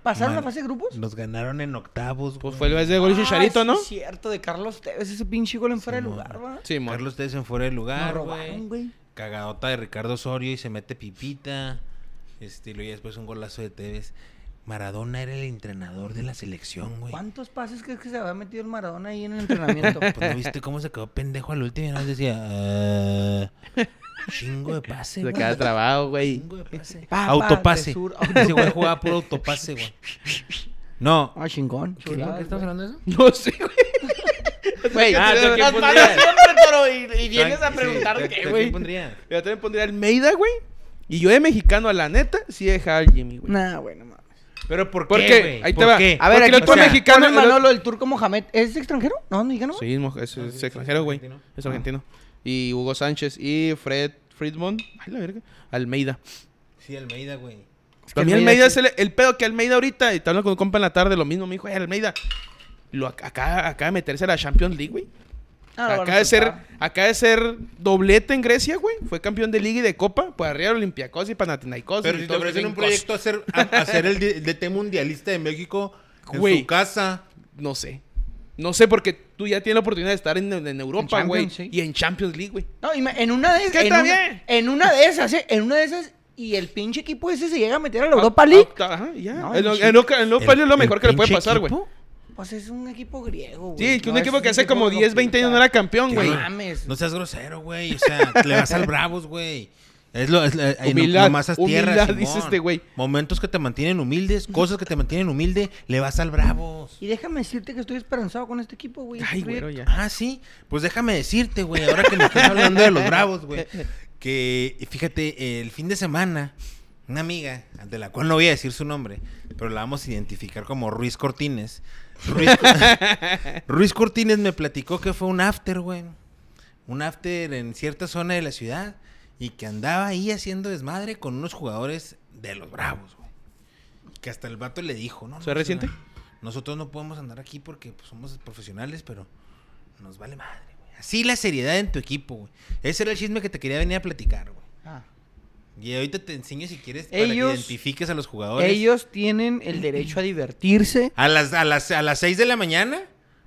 ¿Pasaron Mar- la fase de grupos? Nos ganaron en octavos, Pues güey. fue el vez de gol y Ah, Chicharito, sí, ¿no? cierto, de Carlos Tevez, ese pinche gol en fuera de Simón. lugar, ¿va? Sí, mon. Carlos ustedes en fuera de Nos lugar, güey. robaron, güey. Cagadota de Ricardo Osorio y se mete Pipita. Este, y luego ya después un golazo de Tevez. Maradona era el entrenador de la selección, güey. ¿Cuántos pases crees que se había metido el Maradona ahí en el entrenamiento? Pues no viste cómo se quedó pendejo al último y nos decía. "Ah, chingo de pase, Se güey. queda trabado, güey. Chingo de pase. Pa, pa, autopase. de sur, Ese güey autopase. jugaba puro autopase, güey. No. Ah, chingón. ¿Qué, ¿Por qué estamos hablando de eso? No sé, güey. Güey, Ah, ¿tú a quién las pondrías? manos siempre, pero y, y vienes a Sí, preguntar ¿tú a- qué, tú a güey. quién pondrías? Yo también pondría Almeida, güey. Y yo de mexicano, a la neta, sí dejaba al Jimmy, güey. Nah, bueno, mames. Pero ¿por qué? ¿Por qué? güey? Ahí te ¿Por va. qué? A ver, Porque aquí el otro o sea, mexicano- pone el otro- Manolo, el turco Mohamed, ¿es extranjero? ¿No, mexicano? Sí, es, mo- es- es Ah, sí, sí, extranjero, es güey. argentino. Es argentino. Y Hugo Sánchez y Fred Friedmond. Ay, la verga. Almeida. Sí, Almeida, güey. Es que Para mí Almeida Almeida es el, el pedo que Almeida ahorita. Y te hablo con un compa en la tarde, lo mismo. Me dijo, "Eh, Almeida. Lo ac- acaba, acaba de meterse a la Champions League, güey. Ah, lo van a acaba, de ser, soltar. acaba de ser doblete en Grecia, güey. Fue campeón de Liga y de Copa. Pues arriba de Olympiacos y Panathinaikos. Pero y si te todos ofrecen los un gringos. proyecto hacer, a- hacer el D- DT mundialista de México en Güey. su casa. No sé. No sé porque tú ya tienes la oportunidad de estar en, en Europa, güey. Champions, sí. Y en Champions League, güey. No, ima- en una de esas. que en, una- está bien. en una de esas, ¿eh? En una de esas. Y el pinche equipo ese se llega a meter a la Europa League. Ah, Ajá, ya. No, en, lo- sí. en lo- en lo- El- es lo mejor el que le puede pinche pasar, güey. equipo, Pues es un equipo griego, güey. Sí, que un No, equipo es que hace como 10, 20 años no era campeón, güey. No mames. No seas grosero, güey. O sea, le vas al Bravos, güey. Es lo, es lo- ahí no- Humildad, nomás esas tierras, humildad, Simón. dice este güey. Momentos que te mantienen humildes, cosas que te mantienen humilde, le vas al Bravos. Y déjame decirte que estoy esperanzado con este equipo, güey. Ay, Este güero, proyecto. ya. Ah, sí. Pues déjame decirte, güey, ahora que me estás hablando de los Bravos, güey. Que fíjate, el fin de semana, una amiga, de la cual no voy a decir su nombre, pero la vamos a identificar como Ruiz Cortines. Ruiz, Ruiz Cortines me platicó que fue un after, güey. Un after en cierta zona de la ciudad y que andaba ahí haciendo desmadre con unos jugadores de los Bravos, güey. Que hasta el vato le dijo, ¿no? ¿Soy no, reciente? no, Nosotros no podemos andar aquí porque pues, somos profesionales, pero nos vale madre, güey. Así la seriedad en tu equipo, güey. Ese era el chisme que te quería venir a platicar, güey. Ah. Y ahorita te enseño si quieres para Ellos- que identifiques a los jugadores. Ellos tienen el derecho a divertirse. A las, a las, a las 6 de la mañana.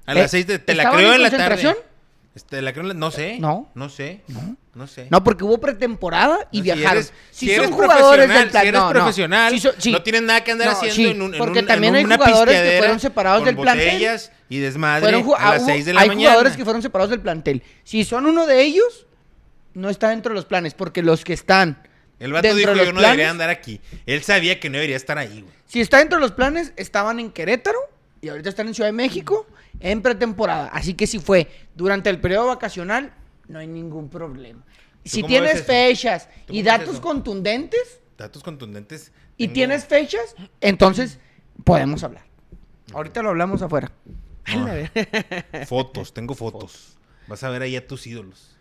A Eh, las 6 de. Te la ¿estaban creo en en la tarde. concentración? Este, la creo en la- no sé. No. No sé. No. No sé. No, porque hubo pretemporada y No, si viajaron. eres- Si, si son eres jugadores profesional, del plan, si eres no, no. profesional, Si son- sí. no tienen nada que andar No, haciendo sí, en un en porque un- también en hay una jugadores que pisteadera fueron separados con del plantel. botellas y desmadre Fueron ju- ah, a las hubo- 6 de la hay mañana. jugadores que fueron separados del plantel. Si son uno de ellos, no está dentro de los planes, porque los que están. El vato dentro dijo, de los yo no planes- debería andar aquí. Él sabía que no debería estar ahí, güey. Si está dentro de los planes, estaban en Querétaro y ahorita están en Ciudad de México en pretemporada. Así que si fue durante el periodo vacacional, no hay ningún problema. Si cómo tienes ves eso? fechas ¿Tú y cómo ves datos eso? contundentes Datos contundentes. y Tengo- tienes fechas, entonces podemos hablar. Ahorita lo hablamos afuera. No. fotos, tengo fotos. Vas a ver ahí a tus ídolos.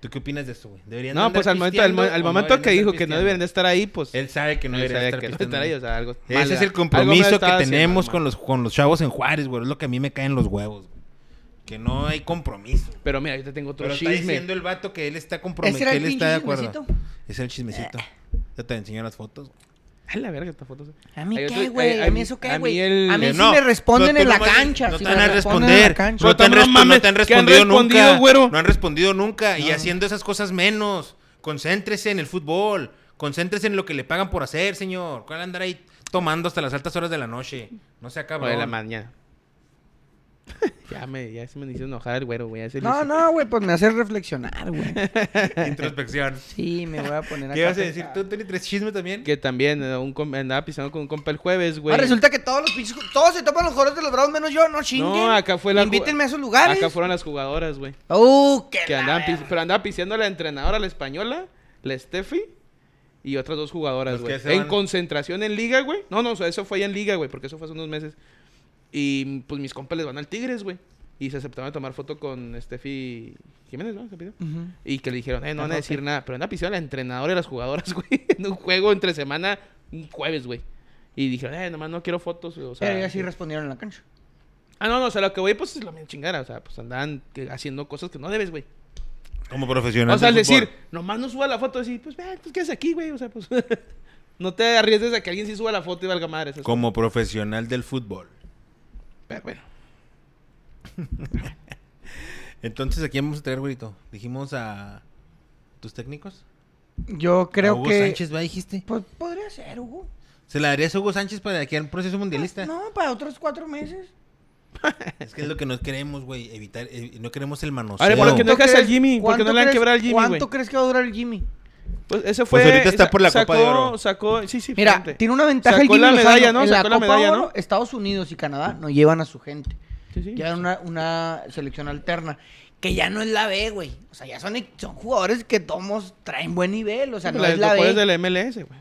¿Tú qué opinas de eso, güey? ¿Deberían de No, andar pues al momento, al, mo- pisteando al o no momento que deberían dijo que no estar pisteando? deberían de estar ahí, pues... Él sabe que no él debería sabía estar que no pisteando. estar ahí, o sea, algo Ese mal- es el algo mal compromiso que estaba haciendo, tenemos mal. con los, con los chavos en Juárez, güey. Es lo que a mí me caen los huevos, güey. Que no hay compromiso. Pero mira, yo te tengo otro Pero está chisme. diciendo el vato que él está comprometido, ¿Ese era que el él está de pinche acuerdo. chismecito? Eh. Ese es el chismecito. Ya te enseño las fotos. güey. A la verga, esta foto. A mí Ay, yo qué, soy- güey, ay, a mí eso qué, güey. el- A mí Que sí me responden tú en la nomás- cancha, No sí te van me responden a en responder. la cancha. No te han No respo- mames, no te han ¿qué han respondido respondido, nunca. güero? No han respondido nunca. Y No. haciendo esas cosas menos. Concéntrese en el fútbol. Concéntrese en lo que le pagan por hacer, señor. ¿Cuál andar ahí tomando hasta las altas horas de la noche? No se O acaba. de la mañana. ya, me, ya se me hizo enojar el güero, güey. ya se le No, hizo- no, güey, pues me hace reflexionar, güey. Introspección. Sí, me voy a poner acá ¿Qué Ah, vas a a decir? pensar. ¿Tú tienes tres chismes también? Que también eh, un com- andaba pisando con un compa el jueves, güey. Ah, resulta que todos los pinches, todos se topan los jugadores de los Bravos menos yo, no chinguen. No, acá fue la ju- Invítenme a esos lugares. Acá fueron las jugadoras, güey. Uh, qué Que la andaban pis- verga. pero andaba piseando la entrenadora, la española, la Steffi y otras dos jugadoras, Los güey. que se En van- concentración en liga, güey. No, no, o sea, eso fue ya en liga, güey, porque eso fue hace unos meses. Y pues mis compas les van al Tigres, güey. Y se aceptaron a tomar foto con Steffi Jiménez, ¿no? ¿Se apellida? Ujú. Y que le dijeron, eh, no van a Ajá, decir sí. nada. Pero anda pisando a la entrenadora y las jugadoras, güey. En un juego entre semana, un jueves, güey. Y dijeron, eh, nomás no quiero fotos. O sea, Pero ellas sí respondieron en la cancha. Ah, no, no, o sea, lo que voy, pues es la misma chingada. O sea, pues andan que- haciendo cosas que no debes, güey. Como profesional. O sea, al del fútbol. decir, nomás no suba la foto, así, pues, ve, pues, ¿qué haces aquí, güey? O sea, pues, no te arriesgues a que alguien sí suba la foto y valga madre. eso es- Como profesional del fútbol. Pues Pero bueno. Entonces, ¿a quién vamos a traer, güerito? Dijimos a tus técnicos. Yo Ah, ¿A creo Hugo que. Sánchez, ¿va? Dijiste. Pues podría ser, Hugo. ¿Se la darías a Hugo Sánchez para que haya un proceso mundialista? No, para otros cuatro meses. Es que es lo que no queremos, güey. Evitar, eh, no queremos el manoseo. Ahora, ¿por qué no ¿Cuánto dejas al crees- Jimmy? ¿Por qué no cuánto le han crees- quebrado al Jimmy, ¿Cuánto güey? crees que va a durar el Jimmy? Pues ese fue. ahorita está por la sa- Copa de Oro. Sacó, sí, sí. Mira, frente. tiene una ventaja Sacó el Jimmy la Lozano. medalla, ¿no? En la Sacó la Copa medalla, Oro, ¿no? Estados Unidos y Canadá no llevan a su gente. Sí, sí. Llevan una, una selección alterna. Que ya no es la B, güey. O sea, ya son, son jugadores que tomos traen buen nivel. O sea, no pues, La- es la lo B. puedes de la MLS, güey.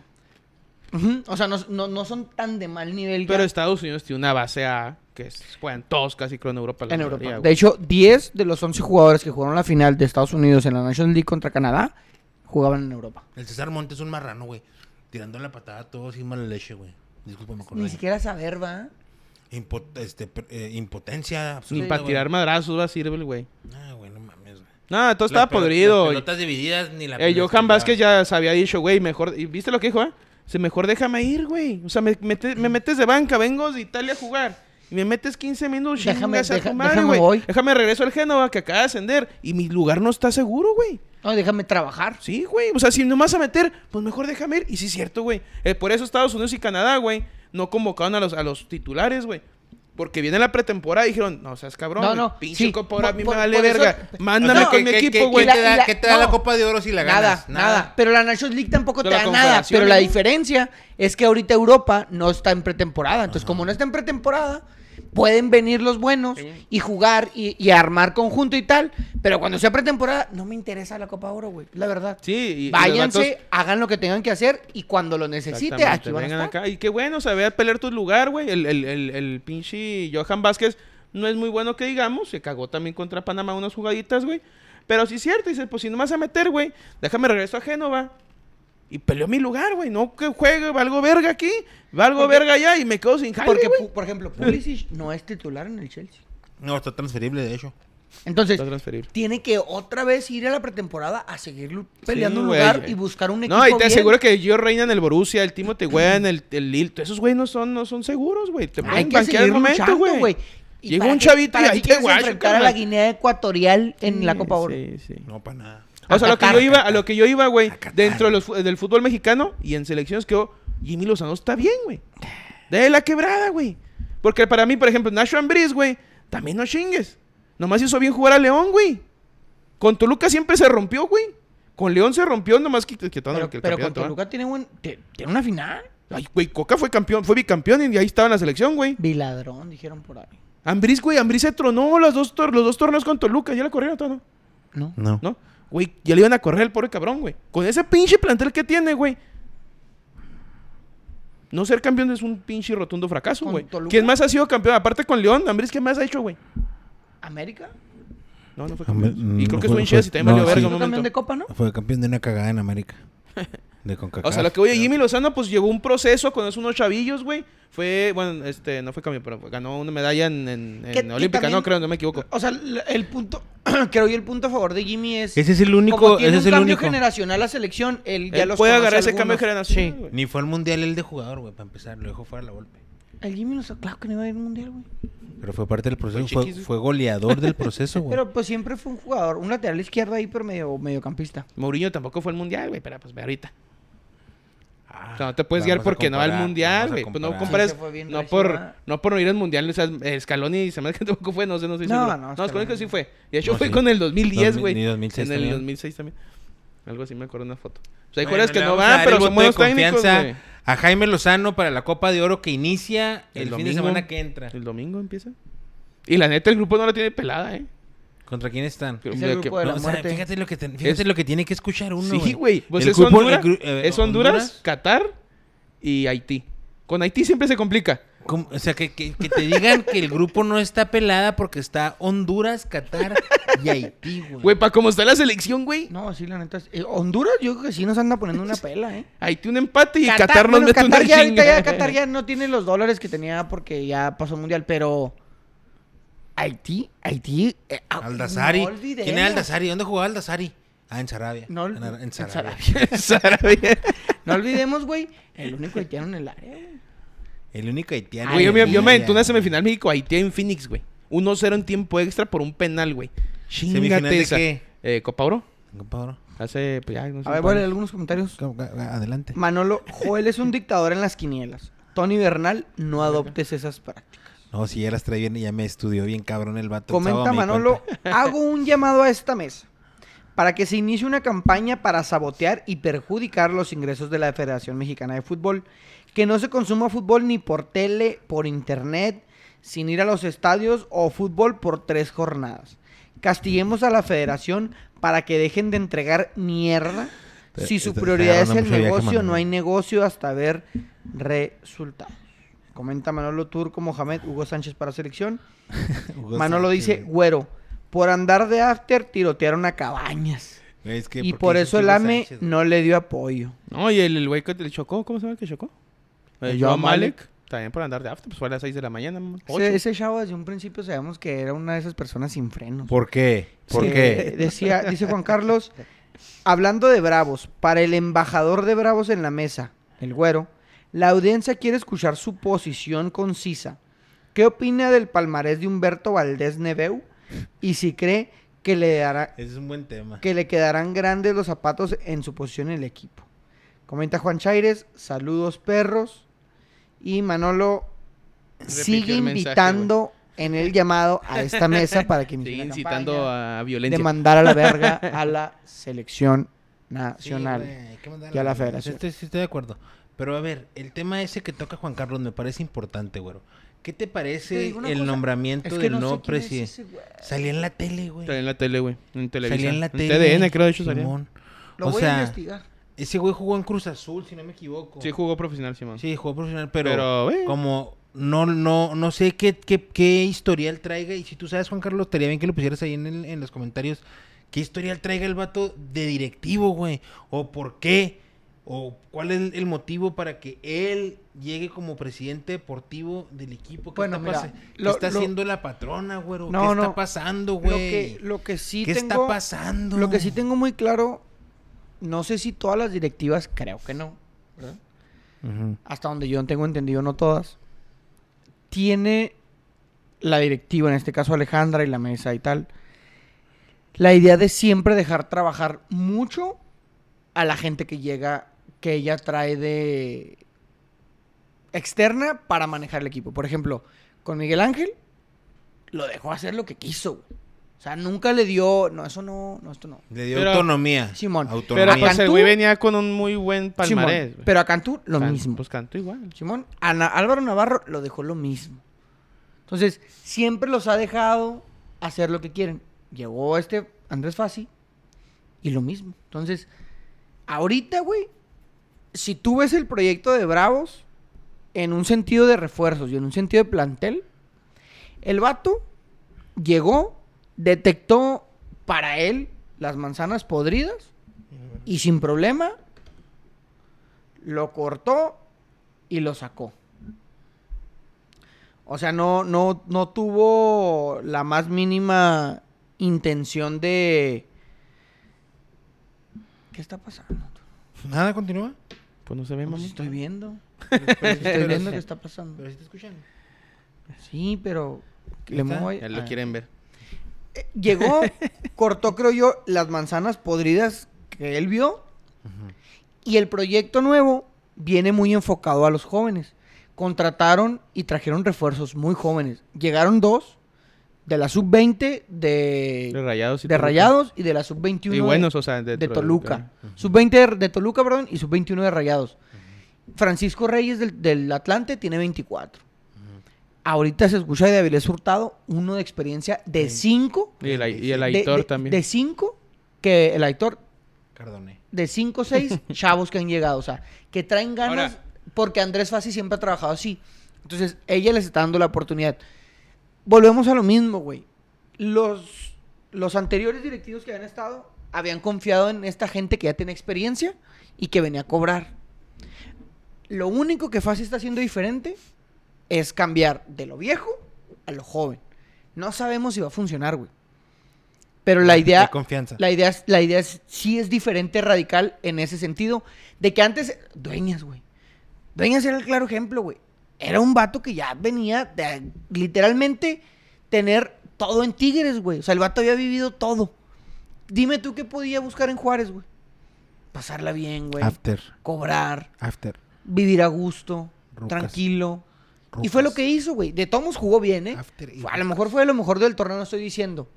Ujú, O sea, no, no- no son tan de mal nivel. ya Pero Estados Unidos tiene una base A que es- juegan todos casi creo en Europa. la en mayoría, Europa. De güey. hecho, 10 de los 11 jugadores que jugaron la final de Estados Unidos en la National League contra Canadá jugaban en Europa. El César Montes es un marrano, güey. Tirando la patada a todos y mala leche, güey. Discúlpame, con Ni siquiera saber, va. este, per- eh, impotencia Ni absoluta. para güey. tirar madrazos va a servir, güey. Ah, güey, no mames, güey. No, todo Las estaba pelot- podrido. Las pelotas divididas ni la El pelota Johan que Vázquez lleva. ya se había dicho, güey, mejor. ¿y ¿Viste lo que dijo, eh? Se mejor déjame ir, güey. O sea, me, mete- me metes de banca, vengo de Italia a jugar. y me metes 15 minutos, Déjame- chingas a deja- tu madre, déjame güey. voy. Déjame regreso al Génova que acaba de ascender y mi lugar no está seguro, güey. No, déjame trabajar. Sí, güey. O sea, si no me vas a meter, pues mejor déjame ir. Y sí, es cierto, güey. Eh, por eso Estados Unidos y Canadá, güey, no convocaron a los, a los titulares, güey. Porque viene la pretemporada y dijeron, no seas cabrón. No, güey. no, Pinche sí. Copa ahora a Por- mí por- me vale por eso- verga. Mándame No, con mi ¿qué- qué- equipo, y güey. la- ¿Qué te da, y la- qué te da la no. Copa de Oro si la Nada, ganas? nada, Pero la Nations League tampoco De te la da nada. Confederación, Pero la ¿no? diferencia es que ahorita Europa no está en pretemporada. Entonces, como no está en pretemporada, pueden venir los buenos Sí. y jugar y, y armar conjunto y tal. Pero cuando sea pretemporada, no me interesa la Copa Oro, güey. La verdad. Sí, y- y los Váyanse, vatos- hagan lo que tengan que hacer y cuando lo necesite, Exactamente, aquí van a vengan estar. acá. Y qué bueno, o sea, ve a pelear tu lugar, güey. El, el, el, el pinche Johan Vázquez no es muy bueno que digamos. Se cagó también contra Panamá unas jugaditas, güey. Pero sí es cierto, dices, pues si no me vas a meter, güey, déjame regreso a Génova. Y peleó mi lugar, güey. No que juegue, valgo verga aquí, valgo Porque- verga allá y me quedo sin jale, Porque, güey. pu- por ejemplo, Pulisic no es titular en el Chelsea. No, está transferible, de hecho. Entonces, Está transferible. tiene que otra vez ir a la pretemporada a seguir lu- peleando Sí, un güey. lugar y buscar un equipo. No, y te bien. aseguro que yo reina en el Borussia, el Timo te en el, el Lille. Esos güey no son, no son seguros, güey. Te Hay pueden que banquear el seguir momento, luchando, güey. güey. ¿Y Llegó para un qué- chavito y para ahí qué te quieres guacho, enfrentar a la carnal? Guinea Ecuatorial en la Sí, Copa Oro. Sí, sí. No, para nada. O sea, lo que yo Qatar, iba, a Qatar. lo que yo iba, güey, Qatar. dentro de los fu- del fútbol mexicano y en selecciones quedó Jimmy Lozano está bien, güey. De la quebrada, güey. Porque para mí, por ejemplo, Nacho Ambriz, güey, también no chingues. Nomás hizo bien jugar a León, güey. Con Toluca siempre se rompió, güey. Con León se rompió, nomás que, que todo Pero, lo que el pero con campeonato, ¿va? Toluca tiene, buen- te- tiene una final. Ay, güey, Coca fue campeón, fue bicampeón y ahí estaba en la selección, güey. Viladrón, dijeron por ahí. Ambriz, güey, Ambriz se tronó los dos, tor- los dos torneos con Toluca. Ya la corrieron, todo, ¿no? ¿No? No. ¿no? Güey, ya le iban a correr el pobre cabrón, güey. Con ese pinche plantel que tiene, güey. No ser campeón es un pinche rotundo fracaso, Con güey. Toluca. ¿Quién más ha sido campeón? Aparte con León, Ambris, ¿qué más ha hecho, güey? ¿América? No, no fue Hombre, campeón. y mm, creo que fue- estuvo en Chivas y fue- también no, valió sí. verga ¿No un campeón de momento. Copa, no? Fue campeón de una cagada en América. De CONCACAF. O sea, lo que voy a Jimmy Lozano, pues llevó un proceso con esos unos chavillos, güey. Fue, bueno, este, no fue campeón, pero ganó una medalla en, en, Que- en que Olímpica, no también- creo, no me equivoco. O sea, el el punto, creo yo el punto a favor de Jimmy es... Ese es el como único, tiene ese es un el cambio único. generacional a selección, él ya Él los puede conoce agarrar ese algunos. cambio de generación. Sí. güey. Ni fue al mundial el de jugador, güey, para empezar. Lo dejó fuera la golpe. El Jimmy no sa- claro que no iba a ir al mundial, güey. Pero fue parte del proceso. Fue Fue, chiquis. fue goleador del proceso, güey. Pero pues siempre fue un jugador, un lateral izquierdo ahí, pero medio mediocampista. Mourinho tampoco fue al mundial, güey, pero pues ve ahorita. Ah, O sea, no te puedes vamos guiar a porque no va al comparar, mundial, vamos a güey. Pues no comparar. compares. Sí, se fue bien no, recio, por, ¿verdad? no por no ir al mundial. O sea, eh, Scaloni se me hace que tampoco fue. No sé, no estoy No, seguro. no, No, Scaloni Scaloni creo que sí no. fue. De hecho, No, fue sí. con el 2010, Dos mil- güey. y 2006 En el también. 2006 también. Algo así me acuerdo de una foto. O sea, hay Bueno, jugadores que le no vamos a van, dar pero el son voto de buenos técnicos, confianza güey. A Jaime Lozano para la Copa de Oro que inicia el, fin de domingo- semana que entra. El domingo empieza. Y la neta, el grupo no la tiene pelada, ¿eh? ¿Contra quién están? Creo Es que- el grupo de la No, o sea, muerte. fíjate lo que, ten- fíjate Es- lo que tiene que escuchar uno. Sí, güey. Pues El es, grupo- Honduras, el gru- eh, es Honduras, Honduras. Qatar y Haití. Con Haití siempre se complica. ¿Cómo? O sea, que, que- que te digan que el grupo no está pelada porque está Honduras, Qatar y Haití, güey. Güey, para cómo está la selección, güey. No, sí, la neta. es- eh, Honduras, yo creo que sí nos anda poniendo una pela, ¿eh? Haití un empate y Qatar, nos bueno, mete Qatar una ya, ahorita chinga. ya, Qatar ya no tiene los dólares que tenía porque ya pasó el mundial, pero. Haití, Haití. eh, ah, Aldazari. no olvidemos. ¿Quién era Aldazari? ¿Dónde jugaba Aldazari? Ah, en Sarabia. No ol- en, Ar- en en Sarabia. Sarabia. Sarabia. No olvidemos, güey, el único haitiano en el área. güey. El único haitiano. Güey, yo, me, yo me aventé una Ya. semifinal México-Haití en Phoenix, güey. 1-0 en tiempo extra por un penal, güey. ¿Semifinal Chingate de esa. qué? Eh, Copa Oro. Compa, bro. Hace, pues ya, no sé. A ver, cuándo. bueno, algunos comentarios. Com- a- a- Adelante. Manolo, Joel es un dictador en las quinielas. Tony Bernal, no adoptes esas prácticas. No, si ya las trae bien, ya me estudió bien cabrón el vato. el Comenta sábado me di Manolo, cuenta. hago un llamado a esta mesa para que se inicie una campaña para sabotear y perjudicar los ingresos de la Federación Mexicana de Fútbol, que no se consuma fútbol ni por tele, por internet, sin ir a los estadios o fútbol por tres jornadas. Castiguemos a la Federación para que dejen de entregar mierda. Te- Si su te- te prioridad es agarrando el mucho viaje, negocio, no Manolo. hay negocio hasta ver resultados. Comenta Manolo Turco, Mohamed, Hugo Sánchez para selección. Hugo Manolo Sánchez, dice, güey. güero, por andar de after tirotearon a cabañas. Güey, es que, Y qué por dices eso el Hugo AME Sánchez, güey? no le dio apoyo. No, y el el güey que te chocó, ¿cómo se llama el que chocó? Eh, El Joao Joao Malek. Malek. También por andar de after, pues fue a las 6 de la mañana. ocho. Ese, ese chavo desde un principio sabemos que era una de esas personas sin frenos. ¿Por qué? ¿Por Sí, qué? Decía, dice Juan Carlos, hablando de Bravos, para el embajador de Bravos en la mesa, el güero, la audiencia quiere escuchar su posición concisa. ¿Qué opina del palmarés de Humberto Valdés Nebeu? Y si cree que le dará, Ese es un buen tema. que le quedarán grandes los zapatos en su posición en el equipo. Comenta Juan Chaires, saludos perros. Y Manolo Repitió sigue el mensaje, invitando en el llamado a esta mesa para que Sigue inicie una incitando campaña a de violencia. mandar a la verga a la selección Sí, nacional. güey, hay que mandar y a la verga. federación. Estoy, sí estoy de acuerdo. Pero a ver, el tema ese que toca Juan Carlos me parece importante, güero. ¿Qué te Te parece digo una el cosa, nombramiento del nuevo presidente? Salía en la tele, güey. Salía en la tele, güey. En televisión. Salía en la tele. TDN, creo, de hecho, salía. Simón. Lo o voy a sea, investigar. ese güey jugó en Cruz Azul, si no me equivoco. Sí, jugó profesional, Simón. Sí, jugó profesional, pero, Pero, güey. como no, no, no sé qué, qué, qué historial traiga. Y si tú sabes, Juan Carlos, estaría bien que lo pusieras ahí en, el- en los comentarios. ¿Qué historial traiga el vato de directivo, güey? ¿O por qué? ¿O cuál es el motivo para que él llegue como presidente deportivo del equipo? ¿Qué Bueno, está, mira, pas- qué lo- está lo- haciendo la patrona, güero? No, ¿Qué no. está pasando, Lo que, güey? lo que sí ¿Qué tengo... está pasando? Lo que sí tengo muy claro, no sé si todas las directivas, creo que no, Ujú. hasta donde yo tengo entendido, no todas, tiene la directiva, en este caso Alejandra y la mesa y tal, la idea de siempre dejar trabajar mucho a la gente que llega, que ella trae de externa para manejar el equipo. Por ejemplo, con Miguel Ángel, lo dejó hacer lo que quiso. güey. O sea, nunca le dio, no, eso no, no, esto no. Le dio Pero- autonomía. Simón, Pero autonomía. A pues el Cantú- güey venía con un muy buen palmarés, Simón, güey. pero a Cantú lo Can- mismo. Pues canto igual. Simón, a Na- Álvaro Navarro lo dejó lo mismo. Entonces, siempre los ha dejado hacer lo que quieren. Llegó este Andrés Fassi y lo mismo. Entonces, ahorita, güey, si tú ves el proyecto de Bravos en un sentido de refuerzos y en un sentido de plantel, el vato llegó, detectó para él las manzanas podridas y sin problema lo cortó y lo sacó. O sea, no, no, no tuvo la más mínima intención de... ¿Qué está pasando? Nada, continúa. Pues no se ve, No, pues mamá. estoy viendo. Estoy Pero viendo sí- qué está pasando. pero sí te escuchan. Sí, pero... Ahí le está, muevo- Ya lo Ah. quieren ver. Eh, Llegó, cortó, creo yo, las manzanas podridas que él vio. Y el proyecto nuevo viene muy enfocado a los jóvenes. Contrataron y trajeron refuerzos muy jóvenes. Llegaron dos de la sub-20 De de, rayados y de Toluca. Rayados y de la sub-21 Y de- buenos, o sea, de, de, Toluca. Sub-20 de, de Toluca, perdón, y sub-21 de Rayados. Francisco Reyes del, del Atlante tiene 24. Ahorita se escucha de Avilés Hurtado, uno de experiencia de 5. Y el, y el De- Aitor de- también. De 5, que el Aitor, Cardone. de 5 o 6 chavos que han llegado, o sea, que traen ganas, Ahora- porque Andrés Fassi siempre ha trabajado así. Entonces, ella les está dando la oportunidad. Volvemos a lo mismo, güey. Los, los anteriores directivos que habían estado habían confiado en esta gente que ya tenía experiencia y que venía a cobrar. Lo único que Fassi está haciendo diferente es cambiar de lo viejo a lo joven. No sabemos si va a funcionar, güey. Pero la idea... De confianza. La idea, es- la idea es- sí es diferente radical en ese sentido. De que antes, Dueñas, güey. Dueñas era el claro ejemplo, güey. Era un vato que ya venía de literalmente tener todo en Tigres, güey. O sea, el vato había vivido todo. Dime tú qué podía buscar en Juárez, güey. Pasarla bien, güey. After. Cobrar, After. vivir a gusto, Rucas. tranquilo. Y fue lo que hizo, güey. De Tomos jugó bien, ¿eh? After y Fue- a lo mejor fue lo mejor del torneo, no estoy diciendo.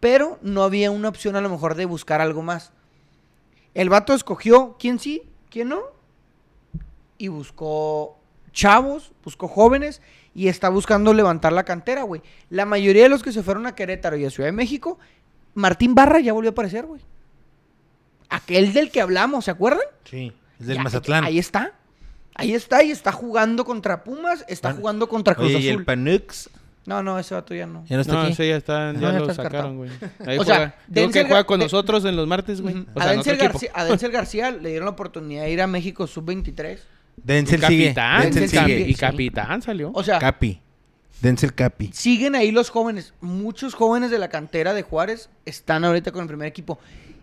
Pero no había una opción a lo mejor de buscar algo más. El vato escogió quién sí, quién no. Y buscó chavos, buscó jóvenes y está buscando levantar la cantera, güey. La mayoría de los que se fueron a Querétaro y a Ciudad de México, Martín Barra ya volvió a aparecer, güey. Aquel del que hablamos, ¿se acuerdan? Sí. Es del Ya, Mazatlán. Ahí está. Ahí está y está jugando contra Pumas, está Pan- jugando contra Cruz Oye, y el Azul. Panux. No, no, ese vato ya no. Ya no está No, aquí. ese ya está, ya ya lo está descartado. sacaron, güey. Ahí O juega. sea, Digo Denzel que juega con Gar- nosotros en los martes, güey. Ujú. O a, sea, en otro Denzel equipo. García, a Denzel García le dieron la oportunidad de ir a México sub-23. Y Denzel sigue. capitán, Denzel y capi- sigue. Sí. y capitán salió. O sea, Capi. Denzel Capi. siguen ahí los jóvenes. Muchos jóvenes de la cantera de Juárez están ahorita con el primer equipo.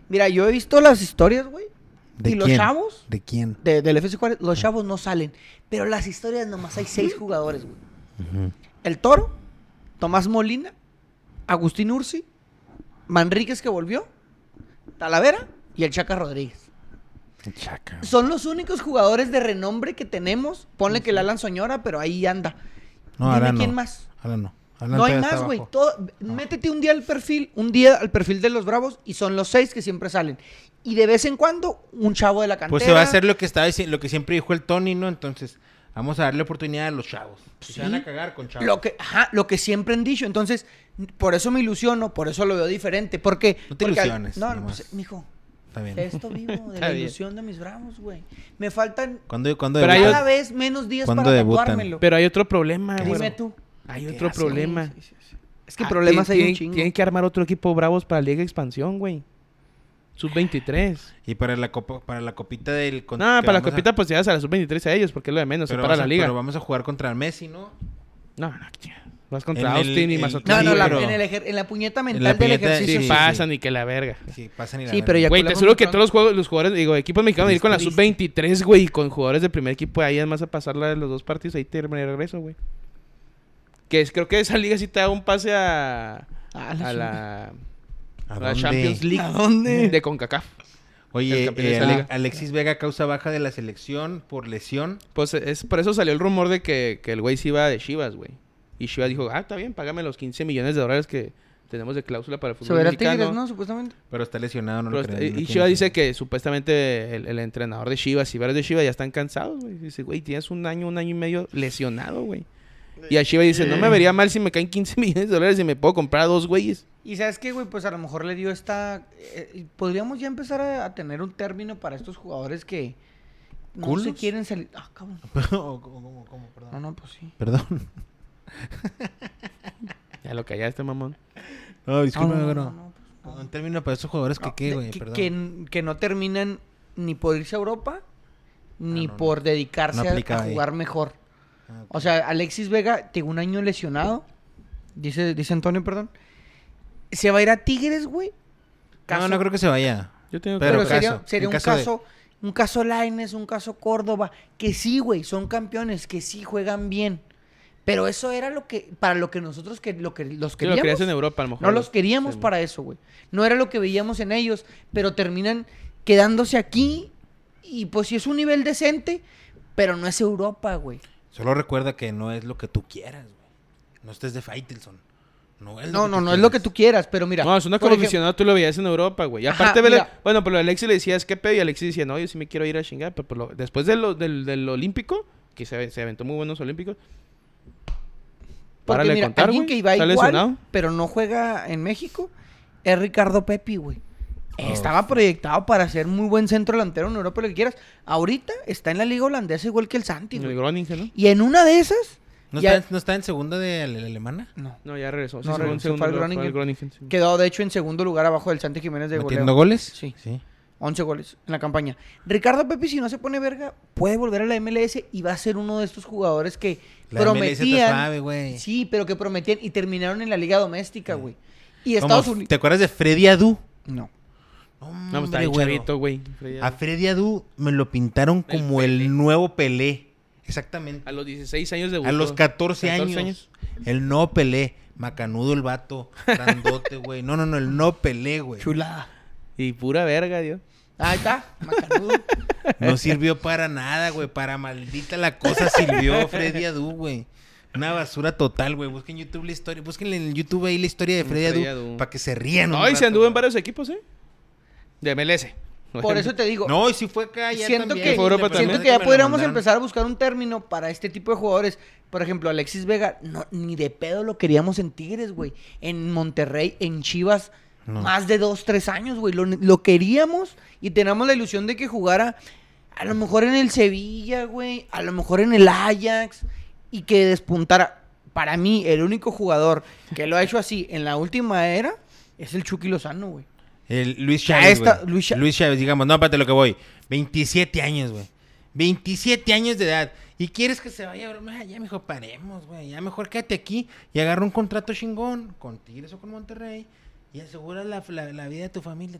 Mira, yo he visto las historias, güey. ¿De ¿Y los quién? chavos? ¿De quién? de- del FC Juárez. Los chavos no salen. Pero las historias nomás hay seis jugadores, güey. El Toro, Tomás Molina, Agustín Ursi, Manríquez que volvió, Talavera y el Chaca Rodríguez. Chaca. Son los únicos jugadores de renombre que tenemos. Ponle que el Alan Soñora, pero ahí anda. No, Dime ahora quién no. más. Ahora no. Alan No hay todavía está más, güey. abajo. Todo- Métete un día al perfil, un día al perfil de los Bravos y son los seis que siempre salen. Y de vez en cuando, un chavo de la cantera. Pues se va a hacer lo que estaba dici- lo que siempre dijo el Tony, ¿no? Entonces, vamos a darle oportunidad a los chavos. Sí. Se van a cagar con chavos. Lo que, ajá, lo que siempre han dicho. Entonces, n- por eso me ilusiono, por eso lo veo diferente. Porque, No te porque al- ilusiones, No, no, nomás. pues, mijo, Está bien. de esto vivo, de Está la bien. ilusión de mis bravos, güey. Me faltan ¿Cuándo, cuándo Pero hay debutan? cada vez menos días ¿Cuándo para debutan? tatuármelo. Pero hay otro problema, Dime güey. tú. Hay ¿Qué otro hace? problema. Sí, sí, sí. Es que Ah, problemas hay tienen- un chingo. Tienen que armar otro equipo Bravos para Liga Expansión, güey. Sub-23. Y para la, copa, para la copita del... con- No, que para la vamos a- copita, pues ya se la sub-23 a ellos, porque es lo de menos, pero se para vamos la a- liga. Pero vamos a jugar contra el Messi, ¿no? No, no, que chinga. Vas contra En el- Austin y el- No, Mazatlán. no, Sí, la- pero- en, el ejer- en la puñeta mental puñeta- del Sí, ejercicio. sí, sí, pasa sí. ni que la verga. Sí, pasan y la Sí, ganan. pero ya- Güey, te colgamos aseguro un que tronco. todos los, juegos, los jugadores, digo, equipos mexicanos van a ir con la Triste. sub-23, güey, y con jugadores de primer equipo ahí además a pasarla de los dos partidos, ahí te me regreso, güey. Que es, creo que esa liga sí te da un pase a, Ah, a la la, ¿A a la dónde? Champions League ¿A dónde? de CONCACAF. Oye, el campeón de eh, esa Ale- liga. Alexis Vega causa baja de la selección por lesión. Pues es, por eso salió el rumor de que, que el güey se iba de Chivas, güey. Y Chivas dijo, ah, está bien, págame los 15 millones de dólares que tenemos de cláusula para el Se fútbol verá mexicano". Tigres, ¿no? Supuestamente. Pero está lesionado, no Pero lo está- creo. y- no y tiene- Chivas dice que supuestamente el, el entrenador de Chivas y varios de Chivas ya están cansados, güey. Dice, güey, tienes un año, un año y medio lesionado, güey. Y a Chivas dice, no me vería mal si me caen 15 millones de dólares y me puedo comprar a dos güeyes. Y sabes qué, güey, pues a lo mejor le dio esta... eh, eh, Podríamos ya empezar a, a tener un término para estos jugadores que no se ¿Culos? quieren salir... Ah, cabrón. ¿Cómo, cómo, cómo? Perdón. No, no, pues sí. Perdón. Ya lo callaste, mamón. No, disculpa, No, no, no, no, no, pues, no. Un término para esos jugadores que No, qué, de- güey, que- perdón. que, n- que no terminan ni por irse a Europa, ni no, no. por dedicarse No a- aplica a, ahí. jugar mejor. Ah, ok. O sea, Alexis Vega, tiene un año lesionado, dice, dice Antonio, perdón. Se va a ir a Tigres, güey. No, Caso- no creo que se vaya. Yo tengo Pero, Pero sería, caso, sería en un caso de- caso, un caso Laines, un caso Córdoba, que sí, güey, son campeones, que sí juegan bien. Pero eso era lo que, para lo que nosotros que, lo que los que lo queríamos. creas en Europa, a lo mejor. no los queríamos Sí, güey. para eso, güey. No era lo que veíamos en ellos, pero terminan quedándose aquí. Y pues sí es un nivel decente, pero no es Europa, güey. Solo recuerda que no es lo que tú quieras, güey. No estés de Faitelson. No, es lo No, que no, tú no es lo que quieras. tú quieras, pero mira. No, es una por como ejemplo- aficionado, tú lo veías en Europa, güey. Y Ajá, aparte, vele- mira. bueno, pero a Alexis le decías, ¿qué pedo? Y Alexis decía, no, yo sí me quiero ir a chingar. Pero por lo- después de lo- del, del Olímpico, que se, se aventó muy buenos Olímpicos. Porque Párale de mira, contar, alguien güey. que iba Está igual, lesionado. pero no juega en México, es Ricardo Pepi, güey. Oh, Estaba proyectado para ser muy buen centro delantero en Europa, lo que quieras. Ahorita está en la liga holandesa igual que el Santi, El güey. Groningen, ¿no? Y en una de esas, ¿No, ya- está, en- no está en segunda de la, la alemana? no. No, ya regresó. Sí, No, se fue en regresó, fue segundo al lugar, fue al Groningen. Groningen, sí. Quedó, de hecho, en segundo lugar abajo del Santi Jiménez de ¿Metiendo goleo. goles? Sí. sí. 11 goles en la campaña. Ricardo Pepi, si no se pone verga, puede volver a la MLS y va a ser uno de estos jugadores que La MLS está prometían. suave, güey. sí, pero que prometían y terminaron en la liga doméstica, güey. Y Como Estados F- Unidos. ¿Te acuerdas de Freddy Adu? No. No, pues está Hombre, bien güero. chavito, güey. A Freddy Adu me lo pintaron como el, nuevo Pelé. Exactamente. A los 16 años de A los 14 años, El no Pelé. Macanudo el vato. Grandote, güey. No, no, no. El no Pelé, güey. Chulada. Y pura verga, Dios. Ahí está, macanudo. No sirvió para nada, güey. Para maldita la cosa sirvió Freddy Adu, güey. Una basura total, güey. Busquen YouTube la historia. Búsquenle en YouTube ahí la historia de Freddy, Freddy Adu. Adu. Para que se rían. un No, y se rato, anduvo en güey. varios equipos, ¿eh? De MLS. Por eso te digo. No, y si fue acá ya siento también, que, Fue Europa la también. siento verdad que ya me lo podríamos mandaron. empezar a buscar un término para este tipo de jugadores. Por ejemplo, Alexis Vega, no, ni de pedo lo queríamos en Tigres, güey. En Monterrey, en Chivas, No. más de dos, tres años, güey. Lo, lo queríamos y teníamos la ilusión de que jugara a lo mejor en el Sevilla, güey. A lo mejor en el Ajax. Y que despuntara. Para mí, el único jugador que lo ha hecho así en la última era es el Chucky Lozano, güey. El Luis Ya Chávez. está, güey. Luis Luis, Cha- Chávez, digamos, no, aparte lo que voy. 27 años, güey. 27 años de edad. ¿Y quieres que se vaya? bro? Ah, Ya mejor paremos, güey. Ya mejor quédate aquí y agarra un contrato chingón con Tigres o con Monterrey. Y aseguras la, la- la vida de tu familia.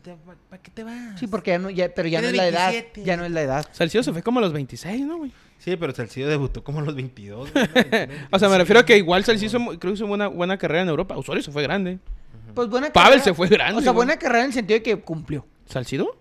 ¿Para qué te vas? Sí, porque ya no, ya, pero ya no es Tiene la edad. 27. Ya no es la edad. Salcido se fue como a los 26, ¿no, güey? Sí, pero Salcido debutó como a los 22. güey, ¿no? 21, O sea, me 22. refiero a que igual Salcido hizo mu- creo que hizo una buena carrera en Europa. Osorio se fue grande. Pues buena Pavel carrera- se fue grande, O sea, güey. buena carrera en el sentido de que cumplió. ¿Salcido?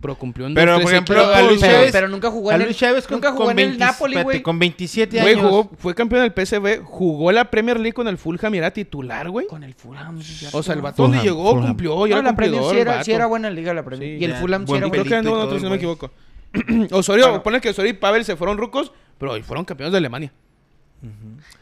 Pero cumplió en Pero, dos, por tres ejemplo, equipos, a Luis güey. pero, Chávez- pero nunca jugó a en el, Luis Chávez con, nunca jugó con en el 20 Napoli, espérate, güey. con 27 Güey, años. jugó, fue campeón del PSV, jugó la Premier League con el Fulham y era titular, güey. Con el Fulham. sí, O sea, el cierto. vato donde Fulham, llegó, Fulham. cumplió y No, era la Premier cumplidor, sí el era, sí vato. era buena liga, la Premier. Sí, y el ya, Fulham sí buen era buena. Creo que no, pelito y otro, todo, si no me güey. equivoco. Osorio, Bueno. ponle que Osorio y Pavel se fuieron rucos, pero hoy fueron campeones de Alemania.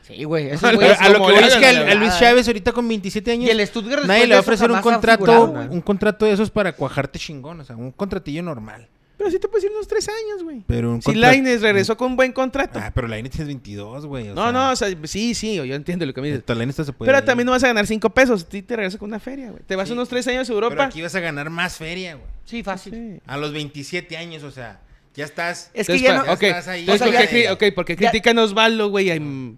Sí, güey. esos A lo- güeyes- a lo que Pero voy es que Pues, la al- a Luis verdad, Chávez ahorita con 27 años. Y el Stuttgart después Nadie de le va a eso ofrecer un jamás ha contrato, figurado, güey. un contrato de esos para cuajarte chingón, o sea, un contratillo normal. Pero sí te puedes ir unos tres años, güey. Pero un Si contrato- Lainez regresó con buen contrato. Ah, pero la tiene 22, güey. no, o sea, pues no, o sea, sí, sí, yo entiendo lo que me dices. esta- la neta se puede Pero ir. también no vas a ganar cinco pesos. Ti te regresas con una feria, güey. Te vas Sí. unos tres años a Pero Europa. aquí vas a ganar más feria, güey. Sí, fácil. Sí. A los 27 años, o sea, ya estás. Es que Entonces, ya pa- no- ok, ya estás ahí, entonces, o sea, ¿por qué ya- cri- ok, ¿por qué ya- critican a Osvaldo, güey? Ay, mm,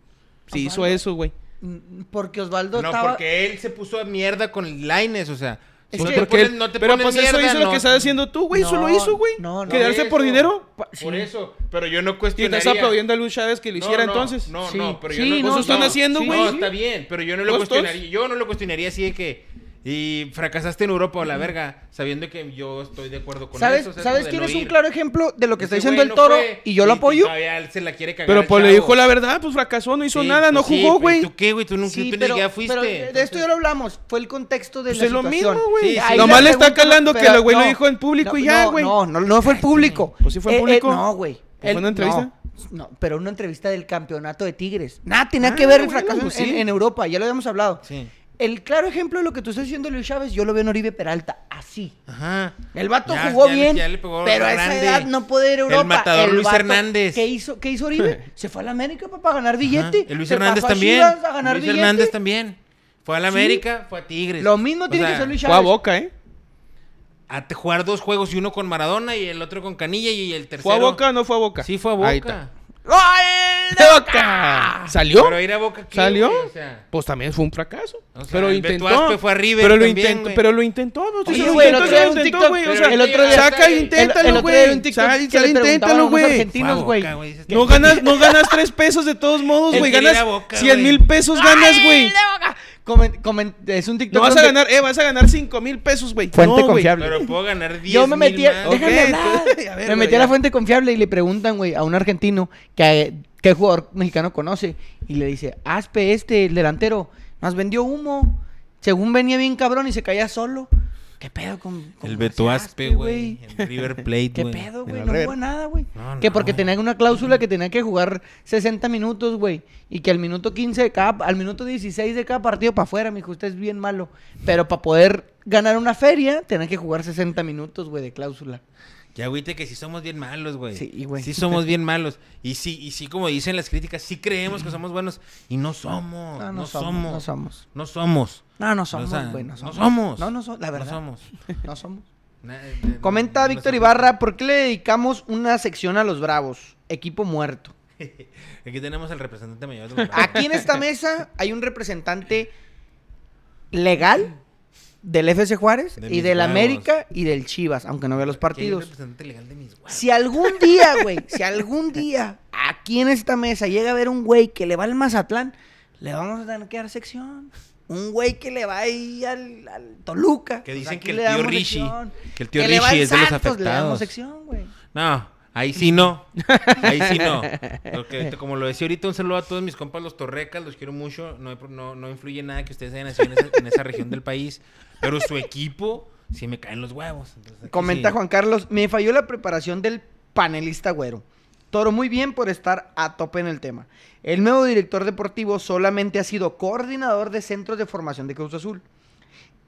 Sí, hizo Osvaldo. eso, güey. Mm, Porque Osvaldo No, estaba... porque él se puso a mierda con el Lines, o sea. Es no que- te porque ponen- él- no te pero ponen pues eso mierda, hizo lo no. que estás haciendo tú, güey. Eso No, lo hizo, güey. no, no, Quedarse por eso. dinero. Pa- sí. Por eso, pero yo no Y cuestionaría. estás aplaudiendo a Luis Chávez que lo No, hiciera no, entonces. No, Sí. no, pero Sí, yo no. no, Eso están no. haciendo, Sí, güey. No, está bien, pero yo no lo ¿Los dos? cuestionaría. Yo no lo cuestionaría así de que. Y fracasaste en Europa o la verga, sabiendo que yo estoy de acuerdo con ¿Sabes, eso. o sea, ¿sabes de quién no es un ir. claro ejemplo de lo que está Ese diciendo güey el no toro fue, y yo lo apoyo? todavía se la quiere cagar Pero al pues le chavo. dijo la verdad, pues fracasó, no hizo Sí, nada, no pues sí, jugó, pues, güey. ¿Tú qué, güey? Tú Sí, nunca tú ni pero, siquiera pero fuiste. de esto ya lo hablamos. Fue el contexto de Pues la es lo situación. mismo, güey. Sí, sí. Ahí Nomás la le está pregunta, calando que pero el güey lo no, dijo en público y no, ya, no, güey. No, no, no, fue el público. Eh, Pues sí fue en público. no, güey. ¿Fue El- una entrevista? No, no, pero una entrevista del campeonato de Tigres. Nada, tenía Ah, que ver el bueno, fracaso en- pues sí. en, en Europa, ya lo habíamos hablado. Sí. El claro ejemplo de lo que tú estás diciendo, Luis Chávez, yo lo veo en Oribe Peralta, así. Ajá. El vato Ya- jugó ya le- bien, ya le pegó pero a esa grande. edad no puede ir a El Europa. matador Luis vato, Hernández. ¿Qué hizo, qué hizo Oribe? Se fue a la América pa- para ganar Ajá. billete. El Luis Se Hernández pasó a también. Chivas a ganar Luis billete. Hernández también. Fue a la América, fue a Tigres. Lo mismo O tiene sea, que ser Luis Fue a Chávez. boca, ¿eh? A te- jugar dos juegos y uno con Maradona y el otro con Canilla y el tercero. ¿Fue a boca o no fue a boca? Sí, fue a boca. Ahí está. ¡Gol ¡De de boca! ¿Salió? Pero ir a boca ¿qué, ¿Salió? güey? O sea, Pues también fue un fracaso. O sea, pero el intentó. Betuaspe fue a River pero, lo también, intentó güey. pero lo intentó. No, Oye, Sí, güey, el lo otro día intentó, un lo intentó, TikTok, güey. O pero sea, el otro día- saca e el- El, el inténtalo, otro día vi un güey. TikTok Sal, que le sal, preguntaban a inténtalo, unos güey. Fue a argentinos, Boca, güey. güey, dices que- No ganas, no ganas tres pesos de todos modos, El güey. que Ganas era Boca, 100 mil güey. pesos, ganas, ¡Ay, güey. de boca! Comen- comen- es un TikTok No vas a donde- ganar, eh, vas a ganar 5 mil pesos, güey. Fuente No, güey. confiable. Pero puedo ganar 10 Yo me mil metí, a, más. Ok, déjame hablar. entonces- a ver, me güey, metí a la ya. fuente confiable y le preguntan, güey, a un argentino que qué jugador mexicano conoce y le dice, "Aspe este, el delantero, nos vendió humo, según venía bien cabrón y se caía solo." ¿Qué pedo con, con El Aspe, Betuaspe, güey. El River Plate, güey. ¿Qué pedo, En güey? la No River. jugó nada, güey. No, que no, porque güey. tenían una cláusula que tenían que jugar 60 minutos, güey. Y que al minuto 15 de cada, al minuto 16 de cada partido para afuera, mijo, usted es bien malo. Pero para poder ganar una feria, tenían que jugar 60 minutos, güey, de cláusula. Ya, güey, te que sí somos bien malos, güey. Sí, güey. Sí somos bien malos. Y sí, y sí, como dicen las críticas, sí creemos que somos buenos. Y no somos. No, No, Ah, no, somos, somos, no somos. No somos. No, no somos, O sea, güey, no no somos. somos. No, no somos, la No verdad. No somos. somos. No somos. Na- eh, eh, Comenta no Víctor somos. Ibarra, ¿por qué le dedicamos una sección a los Bravos? Equipo muerto. Aquí tenemos al representante mayor de los Bravos. Aquí en esta mesa hay un representante legal del FC Juárez De y mis del Bravos. América y del Chivas, aunque no vea los Aquí hay un partidos. representante legal de mis guapas. Si algún día, güey, si algún día aquí en esta mesa llega a ver un güey que le va al Mazatlán, le vamos a tener que dar sección. Un güey que le va ahí al, al Toluca. Que pues dicen aquí que el le tío damos Rishi- sección. que el tío le va Rishi al es de los Le damos afectados. sección, güey. No, ahí sí no. Ahí sí no. Porque como lo decía ahorita, un saludo a todos mis compas, los torrecas, los quiero mucho. No, hay pro- no, no influye nada que ustedes hayan nacido en esa, en esa región del país. Pero su equipo sí me caen los huevos. Entonces, aquí Comenta sí. Juan Carlos, me falló la preparación del panelista güero. Toro, muy bien por estar a tope en el tema. El nuevo director deportivo solamente ha sido coordinador de centros de formación de Cruz Azul,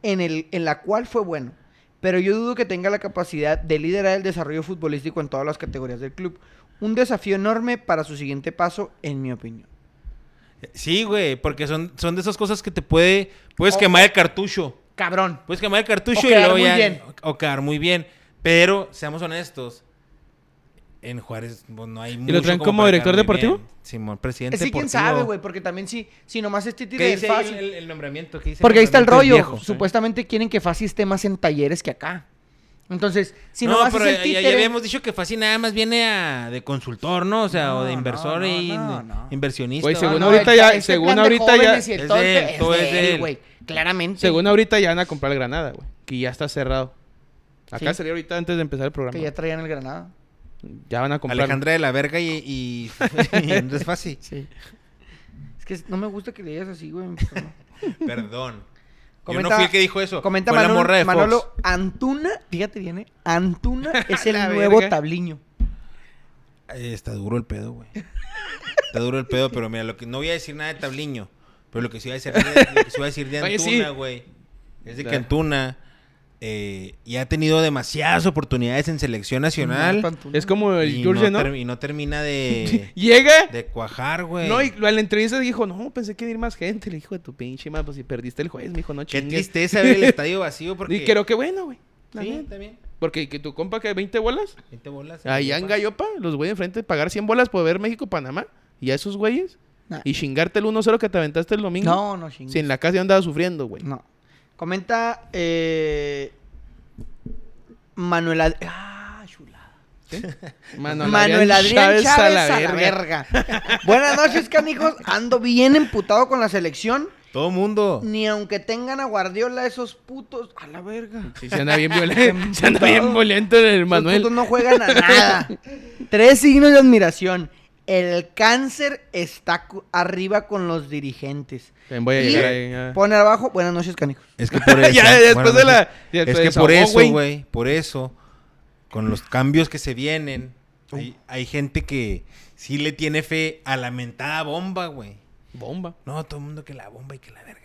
en, el, en la cual fue bueno, pero yo dudo que tenga la capacidad de liderar el desarrollo futbolístico en todas las categorías del club. Un desafío enorme para su siguiente paso, en mi opinión. Sí, güey, porque son, son de esas cosas que te puede. Puedes O- quemar el cartucho. Cabrón. Puedes quemar el cartucho O y quedar luego muy ya. bien. O, o quedar muy bien. Pero, seamos honestos. En Juárez pues, no hay lo traen como para director cambiar deportivo? bien. Simón, presidente Es que quién deportivo. sabe, güey, porque también si, si nomás este ¿Qué tira del dice ahí fácil. el, el- el nombramiento? ¿Qué dice Porque ahí está el rollo. nombramiento del viejo? Supuestamente quieren que Fácil esté más en talleres que acá. Entonces, si no, no, vas pero a ser ya- ya, títere... habíamos dicho que Fácil nada más viene a- de consultor, ¿no? O sea, o de No, inversor no, no, y no, no. inversionista. Güey, No, según no, ahorita el- ya- este según plan de ahorita ya- jóvenes y el es todo el de él, pe- es todo es de de él, él. güey. Claramente. Según ahorita ya van a comprar el Granada, güey. Que ya está cerrado. Acá Sí. sería ahorita antes de empezar el programa. Que ya traían el Granada. Ya van a comprar. Alejandra de la Verga y, y, y Andrés Fácil. Sí. Es que no me gusta que le digas así, güey. Perdón. Yo no Comenta- fui el que dijo eso. Comenta Fue Manolo, la morra de Fox. Manolo Antuna. Fíjate bien, ¿eh? Antuna es el La nuevo verga. tabliño. Eh, está duro el pedo, güey. Está duro el pedo, pero mira, lo que no voy a decir nada de Tabliño, pero lo que sí voy a decir de, lo que sí voy a decir de Oye, sí. Antuna, güey. Es de que Ya. Antuna eh, ya ha tenido demasiadas oportunidades en selección nacional Antuna. Es como el y, Jurgen, no ¿no? ter- y no termina de, Llega. de cuajar, güey. No, y lo- en la entrevista dijo, no, pensé que iba a ir más gente. Le dijo, de tu pinche madre, pues si perdiste el jueves, me dijo, no Qué chingues. tristeza ver el estadio vacío porque Y creo que bueno, güey. la Sí, neta. también. Porque que tu compa que 20 bolas, 20 bolas. allá en Gallopa, los güeyes enfrente pagar 100 bolas por ver México-Panamá. Y a esos güeyes. Nah. Y chingarte el 1-0 que te aventaste el domingo. No, no, chingues. Si en la casa yo andaba sufriendo, güey. No. Comenta eh, Manuel Ad- ah, chulada. Mano, Manuel Adrián Chávez, a la verga. Buenas noches, canijos. Ando bien emputado con la selección. Todo mundo. Ni aunque tengan a Guardiola esos putos. A la verga. Sí, se anda bien violento. se anda bien Emputado. violento el Manuel. Manuel. no juegan a nada. Tres signos de admiración. El cáncer está cu- arriba con los dirigentes. También voy a Y llegar ahí. ah. Pone abajo, buenas noches, canijos. Es que por Ya, eso. ya, después de la- ya es se que desahogó, por eso, güey. güey. Por eso. Con los cambios que se vienen. Oh. Hay, hay gente que sí le tiene fe a la mentada bomba, güey. ah, Bomba. No, todo el mundo que la bomba y que la verga.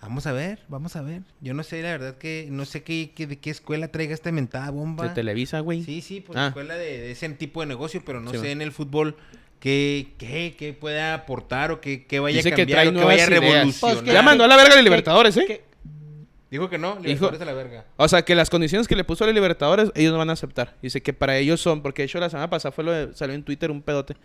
Vamos a ver, vamos a ver. Yo no sé, la verdad que no sé qué, qué- de qué escuela traiga esta mentada De bomba. Televisa, güey. Sí, sí, pues Ah. escuela de, de ese tipo de negocio, pero no Sí, sé güey. en el fútbol qué, qué, qué pueda aportar o qué, qué vaya Dice a que cambiar trae o qué nuevas vaya a ideas. revolucionar. Pues que- Ya mandó a la verga a los Libertadores, ¿eh? Que- Dijo que no, Libertadores a la verga. O sea, que las condiciones que le puso a los Libertadores, ellos no van a aceptar. Dice que para ellos son, porque de hecho la semana pasada fue lo de- salió en Twitter un pedote.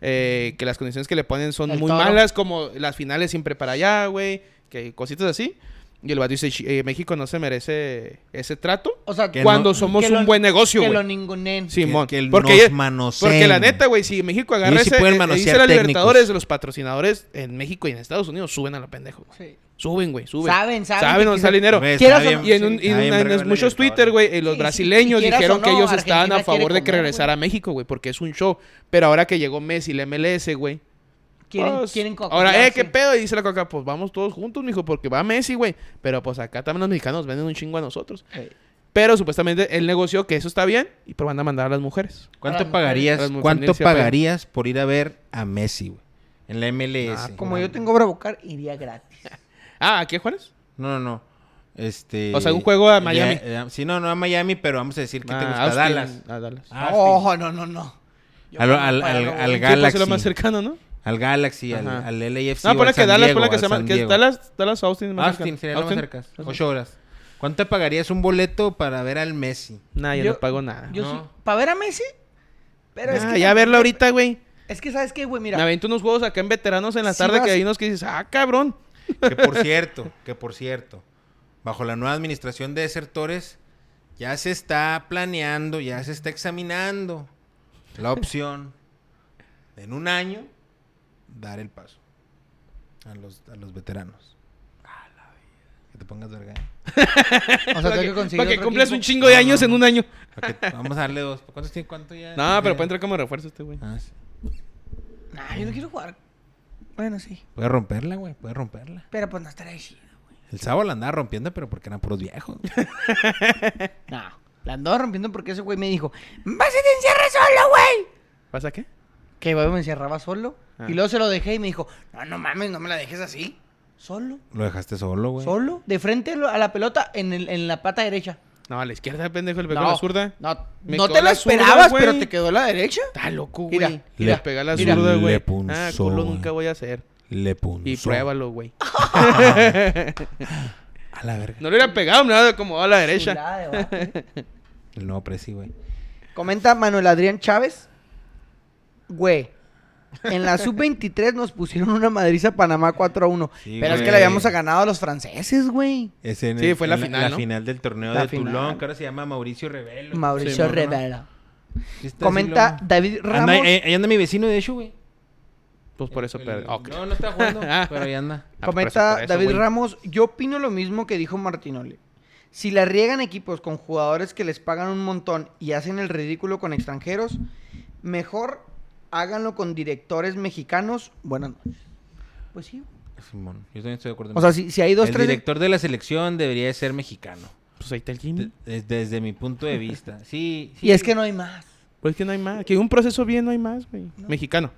eh, que las condiciones que le ponen son El muy toro. malas, como las finales siempre para allá, güey. Que cositas así. Y el vato dice, "Chi- eh, México no se merece ese trato. o sea, Que cuando no- somos que lo- un buen negocio, Que lo güey. ningunen. Simón. que- que porque, nos ella- manoseen. porque la neta, güey, si México agarra Ellos sí ese, pueden eh, eh, manosear dice la técnicos. Libertadores, los patrocinadores en México y en Estados Unidos suben a la pendejo. güey. Sí. Suben, güey, suben. Saben, saben que Saben dónde quizá- sale dinero. Güey, quieras está o- Y en, un- y en está bien una- en verga la muchos Libertadores. Twitter, güey, eh, los Sí, sí, brasileños y quieras dijeron o que no, ellos estaban a Argentina quiere favor de que comer, regresara güey. a México, güey, porque es un show. Pero ahora que llegó Messi, la MLS, güey. Quieren, pues, quieren co- Ahora, eh, qué copiarse. pedo. Y dice la coca, pues vamos todos juntos, mijo, porque va Messi, güey. Pero pues acá también los mexicanos venden un chingo a nosotros. Ey. Pero supuestamente él negoció que eso está bien, y pero van a mandar a las mujeres. Para ¿Cuánto las pagarías, mujeres, para cuánto las mujeres, pagarías por ir a ver a Messi, güey? En la MLS. Ah, Como yo tengo Bravocar, iría gratis. Ah, ¿aquí a Juárez? No, no, no. Este... O sea, un juego a Miami. Ya- ya- sí, no, no a Miami, pero vamos a decir que te Ah, gusta Austin, Dallas. a Dallas. Ah, sí. No, no, no, no. Yo Al- me voy al- para Nuevo al- al León. Sí, pues, es lo Galaxy. más cercano, ¿no? Al Galaxy, al, Ajá. al LAFC No, o al ponle que San Dallas, Diego, ponle que al se llama- San que Diego. Dallas, Dallas, Austin. es más Austin cercano. sería lo más Austin. cerca. Ocho horas. ¿Cuánto pagarías un boleto para ver al Messi? Nah, yo, Yo- no pago nada. Yo No. sí. ¿Para ver a Messi? Pero es Ah, que. ya verlo ahorita, güey. Es que, ¿sabes qué, güey? Me Mira. avento unos juegos acá en veteranos en la Sí tarde vas- que hay unos que dices, ah, cabrón. Que por cierto, que por cierto, bajo la nueva administración de desertores, ya se está planeando, ya se está examinando la opción de en un año dar el paso a los, a los veteranos. Que te pongas verga. ¿eh? O sea, Para tengo que, que conseguir para que otro cumplas equipo. un chingo de No, años no. en un año. Para que- Vamos a darle dos. ¿Cuántos tiene? ¿Cuánto ya? No, pero puede entrar como refuerzo este, güey. Ah, sí. Nah, yo no quiero jugar. Bueno, sí. Puede romperla, güey. Puede romperla. Pero pues no estaría chido. El sábado la andaba rompiendo, pero porque eran puros viejos. No. La andaba rompiendo porque ese güey me dijo: ¡Vas y te encierras solo, güey! ¿Pasa qué? Que güey me encerraba solo. Ah. Y luego se lo dejé y me dijo: No, no mames, no me la dejes así. Solo. Lo dejaste solo, güey. Solo. De frente a lo- a la pelota en, el- en la pata derecha. No, a la izquierda, pendejo, le pegó la zurda. No, Me no quedó te la la zurda, esperabas, güey. pero te quedó la derecha. Está loco, güey. Mira, Le mira, pegó la mira. zurda, Le güey. punzó, Ah, culo güey. nunca voy a hacer. Le punzó. Y pruébalo, güey. A la verga. No le hubiera pegado nada como a la derecha. Chulada de vato. El nuevo Prezi, güey. ¿eh? Comenta Manuel Adrián Chávez. Güey. En la sub-23 nos pusieron una madriza a Panamá 4 a 1. Sí, pero es que güey. le habíamos ganado a los franceses, güey. Es en Sí, fue la en final, La ¿no? final del torneo La de final. Tulón, que ahora se llama Mauricio Revelo. Mauricio mamá. Rivera. Este Sí, está Comenta así, lo- David Ramos. Anda, eh, ahí anda mi vecino, de hecho, güey. Pues por eso El- perdí. Ok. No, no está jugando, pero ahí anda. Ah, Comenta por eso, por eso, David güey. Ramos, yo opino lo mismo que dijo Martinoli. Si la riegan equipos con jugadores que les pagan un montón y hacen el ridículo con extranjeros, mejor háganlo con directores mexicanos. Buenas noches. Pues sí. Simón, yo también estoy de acuerdo. en O sea, eso. si, si hay dos, el tres... director de la selección debería de ser mexicano. Pues ahí está el Jimmy. de- des- desde mi punto de vista. Sí, sí. Y es que no hay más. Pues que no hay más. Que un proceso bien no hay más, güey. Mexicano.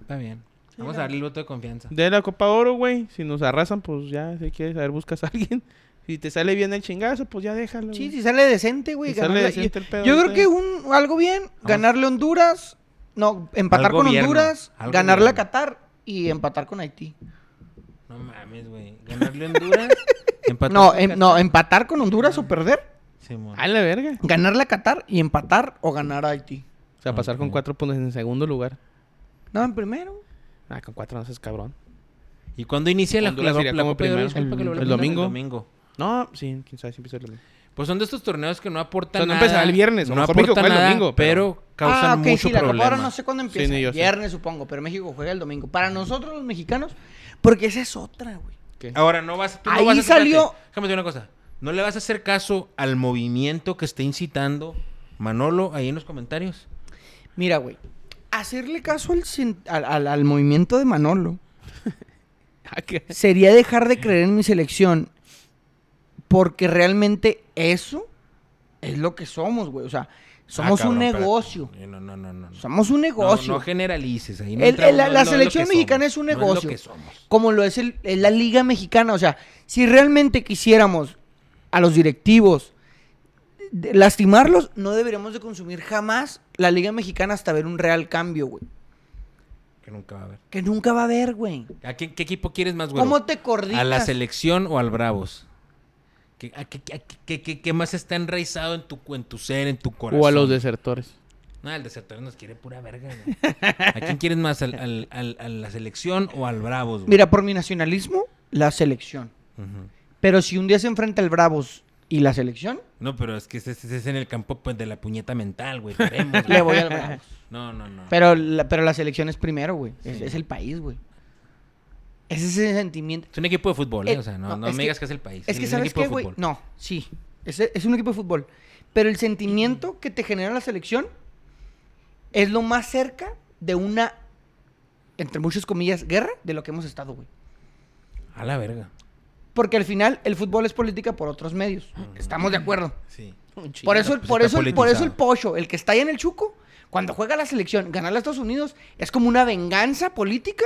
Está bien. Vamos a darle el voto de confianza. De la Copa Oro, güey. Si nos arrasan, pues ya, si quieres saber, buscas a alguien. Si te sale bien el chingazo, pues ya déjalo. Sí, güey. si sale decente, güey. Si sale ganarle- decente el yo- pedo, yo creo güey. que un algo bien, ganarle a Honduras, no, empatar Al con gobierno, Honduras, al ganarle a gobierno. Qatar y empatar con Haití. No mames, güey. Ganarle a Honduras. empatar No, con em- Qatar. Ah. no, empatar con Honduras o perder. Simón. A la verga. Ganarle a Qatar y empatar o ganar a Haití. O sea, pasar con Ok. cuatro puntos en segundo lugar. No, en primero. Ah, con cuatro no seas cabrón. ¿Y cuándo inicia la, Honduras la- iría la como Copa de Oro? primero. Disculpa que lo El- hablé el primero. domingo. El domingo. No, sí, quién sabe si empieza el domingo. Pues son de estos torneos que no aportan O sea, no nada. empezará el viernes, a lo No mejor México aportan juega el nada, domingo, pero- pero causan ah, ok, mucho sí, la problema. Copa ahora no sé cuándo empieza. ni yo sé. Viernes, supongo, pero México juega el domingo. Para nosotros los mexicanos, porque esa es otra, güey. ¿Qué? Ahora no vas, tú no Ahí vas a hacer- salió- espérate, Déjame decir una cosa. No le vas a hacer caso al movimiento que está incitando Manolo ahí en los comentarios. Mira, güey, hacerle caso al, sen- al- al- al movimiento de Manolo Ah, ¿qué? sería dejar de creer en mi selección porque realmente eso es lo que somos, güey. O sea, somos Ah, cabrón, un espérate. negocio. No, no, no, no. no. Somos un No, negocio. No, generalices. ahí no El- entramos, el- la- no la es lo selección que mexicana somos, es un no es lo negocio. que somos. como lo es el- el- la Liga Mexicana. O sea, si realmente quisiéramos a los directivos de- lastimarlos, no deberíamos de consumir jamás la Liga Mexicana hasta ver un real cambio, güey. Que nunca va a haber. Que nunca va a haber, güey. ¿A qué, qué equipo quieres más, güey? ¿Cómo te coordinas? ¿A la selección o al Bravos? ¿Qué, a qué- a qué- qué- qué- qué más está enraizado en tu, en tu ser, en tu corazón? O a los desertores. No, el desertor nos quiere pura verga, güey. ¿A quién quieres más? ¿Al, al- al- ¿A la selección o al Bravos, güey? Mira, por mi nacionalismo, la selección. Ujú. Pero si un día se enfrenta el Bravos y la selección, No, pero es que ese ese es en el campo pues, de la puñeta mental, güey. Queremos, güey. le voy al Bravos. No, no, no. Pero la, pero la selección es primero, güey. Es, es el país, güey. Es ese sentimiento. Es un equipo de fútbol, ¿eh? Eh, O sea, no, no, no, es me que- digas que es el país. Es que, un ¿sabes equipo qué, de güey? fútbol. No, sí. Es, es un equipo de fútbol. Pero el sentimiento que te genera la selección es lo más cerca de una, entre muchas comillas, guerra de lo que hemos estado, güey. A la verga. Porque al final el fútbol es política por otros medios. Mm. Estamos de acuerdo. Sí. por eso, el- pues por, está eso, el- por eso el politizado. pocho, el que está ahí en el chuco, cuando juega la selección, ganar a Estados Unidos, es como una venganza política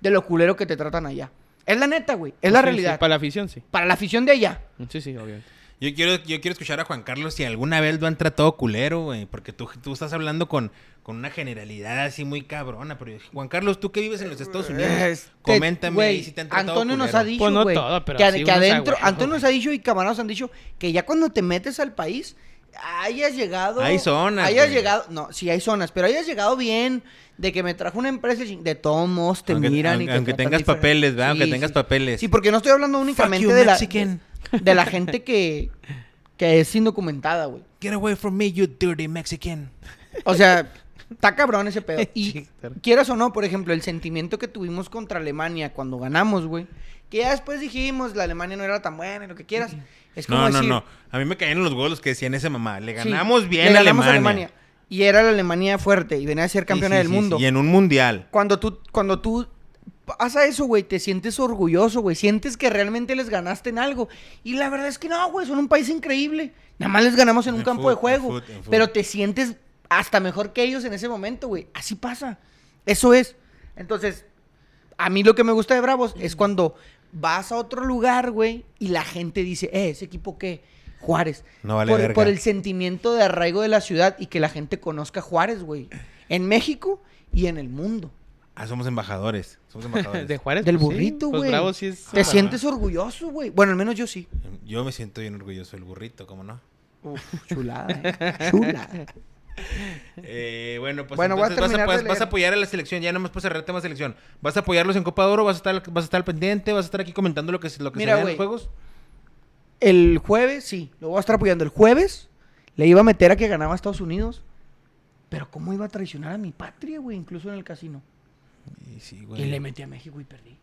de lo culero que te tratan allá. Es la neta, güey. Es la Sí, sí, realidad. para la afición, sí. para la afición de allá. Sí, sí, obviamente. Yo quiero, yo quiero escuchar a Juan Carlos si alguna vez lo han tratado culero, güey. Porque tú, tú estás hablando con, con una generalidad así muy cabrona. Pero Juan Carlos, tú que vives en los Estados Unidos, Este, Eh, coméntame güey, ahí si te han tratado Antonio nos culero. ha dicho, Pues no güey, todo, pero que, a- sí que unos adentro, agüeros, Antonio güey. nos ha dicho y camaradas han dicho que ya cuando te metes al país hayas llegado, Hay zonas, hayas güey. llegado, no, sí hay zonas, pero hayas llegado bien de que me trajo una empresa y ching- de tomos, te Aunque- miran y aunque- te aunque tratan tengas diferente. papeles, ¿verdad? Aunque tengas papeles. Sí, porque no estoy hablando únicamente you, de la de, Mexican. de la gente que que es indocumentada, güey. Get away from me, you dirty Mexican. O sea, está cabrón ese pedo. Y Sí, claro. quieras o no, por ejemplo, el sentimiento que tuvimos contra Alemania cuando ganamos, güey. Que ya después dijimos, la Alemania no era tan buena y lo que quieras. Es como No, no, decir, no. A mí me caían los golos que decían esa mamá. Le sí, ganamos bien le a ganamos Alemania. Y era la Alemania fuerte y venía a ser Sí, campeona sí, del sí, mundo. sí, Y en un mundial. Cuando tú, cuando tú pasa eso, güey, te sientes orgulloso, güey. Sientes que realmente les ganaste en algo. Y la verdad es que no, güey, son un país increíble. Nada más les ganamos en En un el campo fut- de juego. en fut- en fut. Pero te sientes hasta mejor que ellos en ese momento, güey. Así pasa. Eso es. Entonces, a mí lo que me gusta de Bravos es cuando vas a otro lugar, güey, y la gente dice, eh, ese equipo que Juárez. No vale por, verga. por el sentimiento de arraigo de la ciudad y que la gente conozca Juárez, güey. En México y en el mundo. Ah, somos embajadores. Somos embajadores. De Juárez. Del pues, sí. burrito, Los güey. Bravos sí es- Te sientes orgulloso, güey. Bueno, al menos yo sí. Yo me siento bien orgulloso del burrito, ¿cómo no? Chulada, eh. chulada. Eh, bueno, pues Bueno, voy a entonces vas, a, terminar de vas- vas a leer. apoyar a la selección, ya nomás para cerrarte más selección. ¿Vas a apoyarlos en Copa de Oro? ¿Vas a estar, vas a estar al pendiente? ¿Vas a estar aquí comentando lo que, se- lo que Mira, se vea güey. en los juegos? El jueves, sí, lo voy a estar apoyando. El jueves le iba a meter a que ganaba Estados Unidos. Pero ¿cómo iba a traicionar a mi patria, güey? Incluso en el casino. Y sí, Y le güey. metí a México y perdí.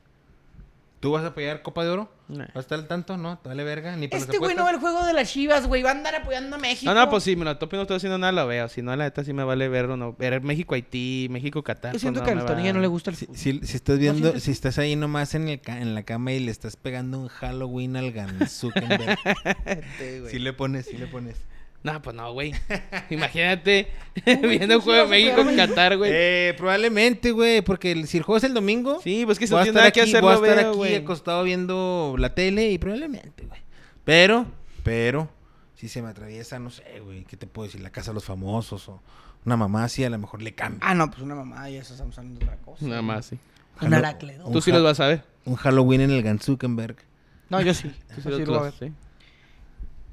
¿Tú vas a apoyar Copa de Oro? Nah. ¿Vas a estar al tanto? No, dale verga. Ni para las Este güey no ve apuestas. el juego de las chivas, güey. Va a andar apoyando a México. No, no, pues si me la topo y no estoy haciendo nada, la veo. Si no, la neta sí me vale verlo. No. Ver México-Haití, México-Catar. Yo siento pues, que no a me Tony va. ya no le gusta el Si, fútbol. si- si estás ¿No viendo, sientes si estás ahí nomás en, el ca- en la cama y le estás pegando un Halloween al Gansukenberg. Este si le pones, si le pones. No, pues no, güey. Imagínate viendo el juego de sí, vas a apoyar a México-Catar, güey. Eh, probablemente, güey, porque el- si el juego es el domingo, Sí, pues que si voy no a tiene estar nada que aquí, hacer, voy a lo estar veo, aquí güey. acostado viendo la tele y probablemente, güey. Pero, pero, si se me atraviesa, no sé, güey, ¿qué te puedo decir? La casa de los famosos o una mamá así, a lo mejor le cambio. Ah, no, pues una mamá y eso estamos hablando de otra cosa. Nada más, sí. Un Jalo- aracledo. Un Tú sí ja- los vas a ver. Un Halloween en el Gansukenberg. No, yo sí. Tú sí Yo sí los lo voy a vas ver. a ver.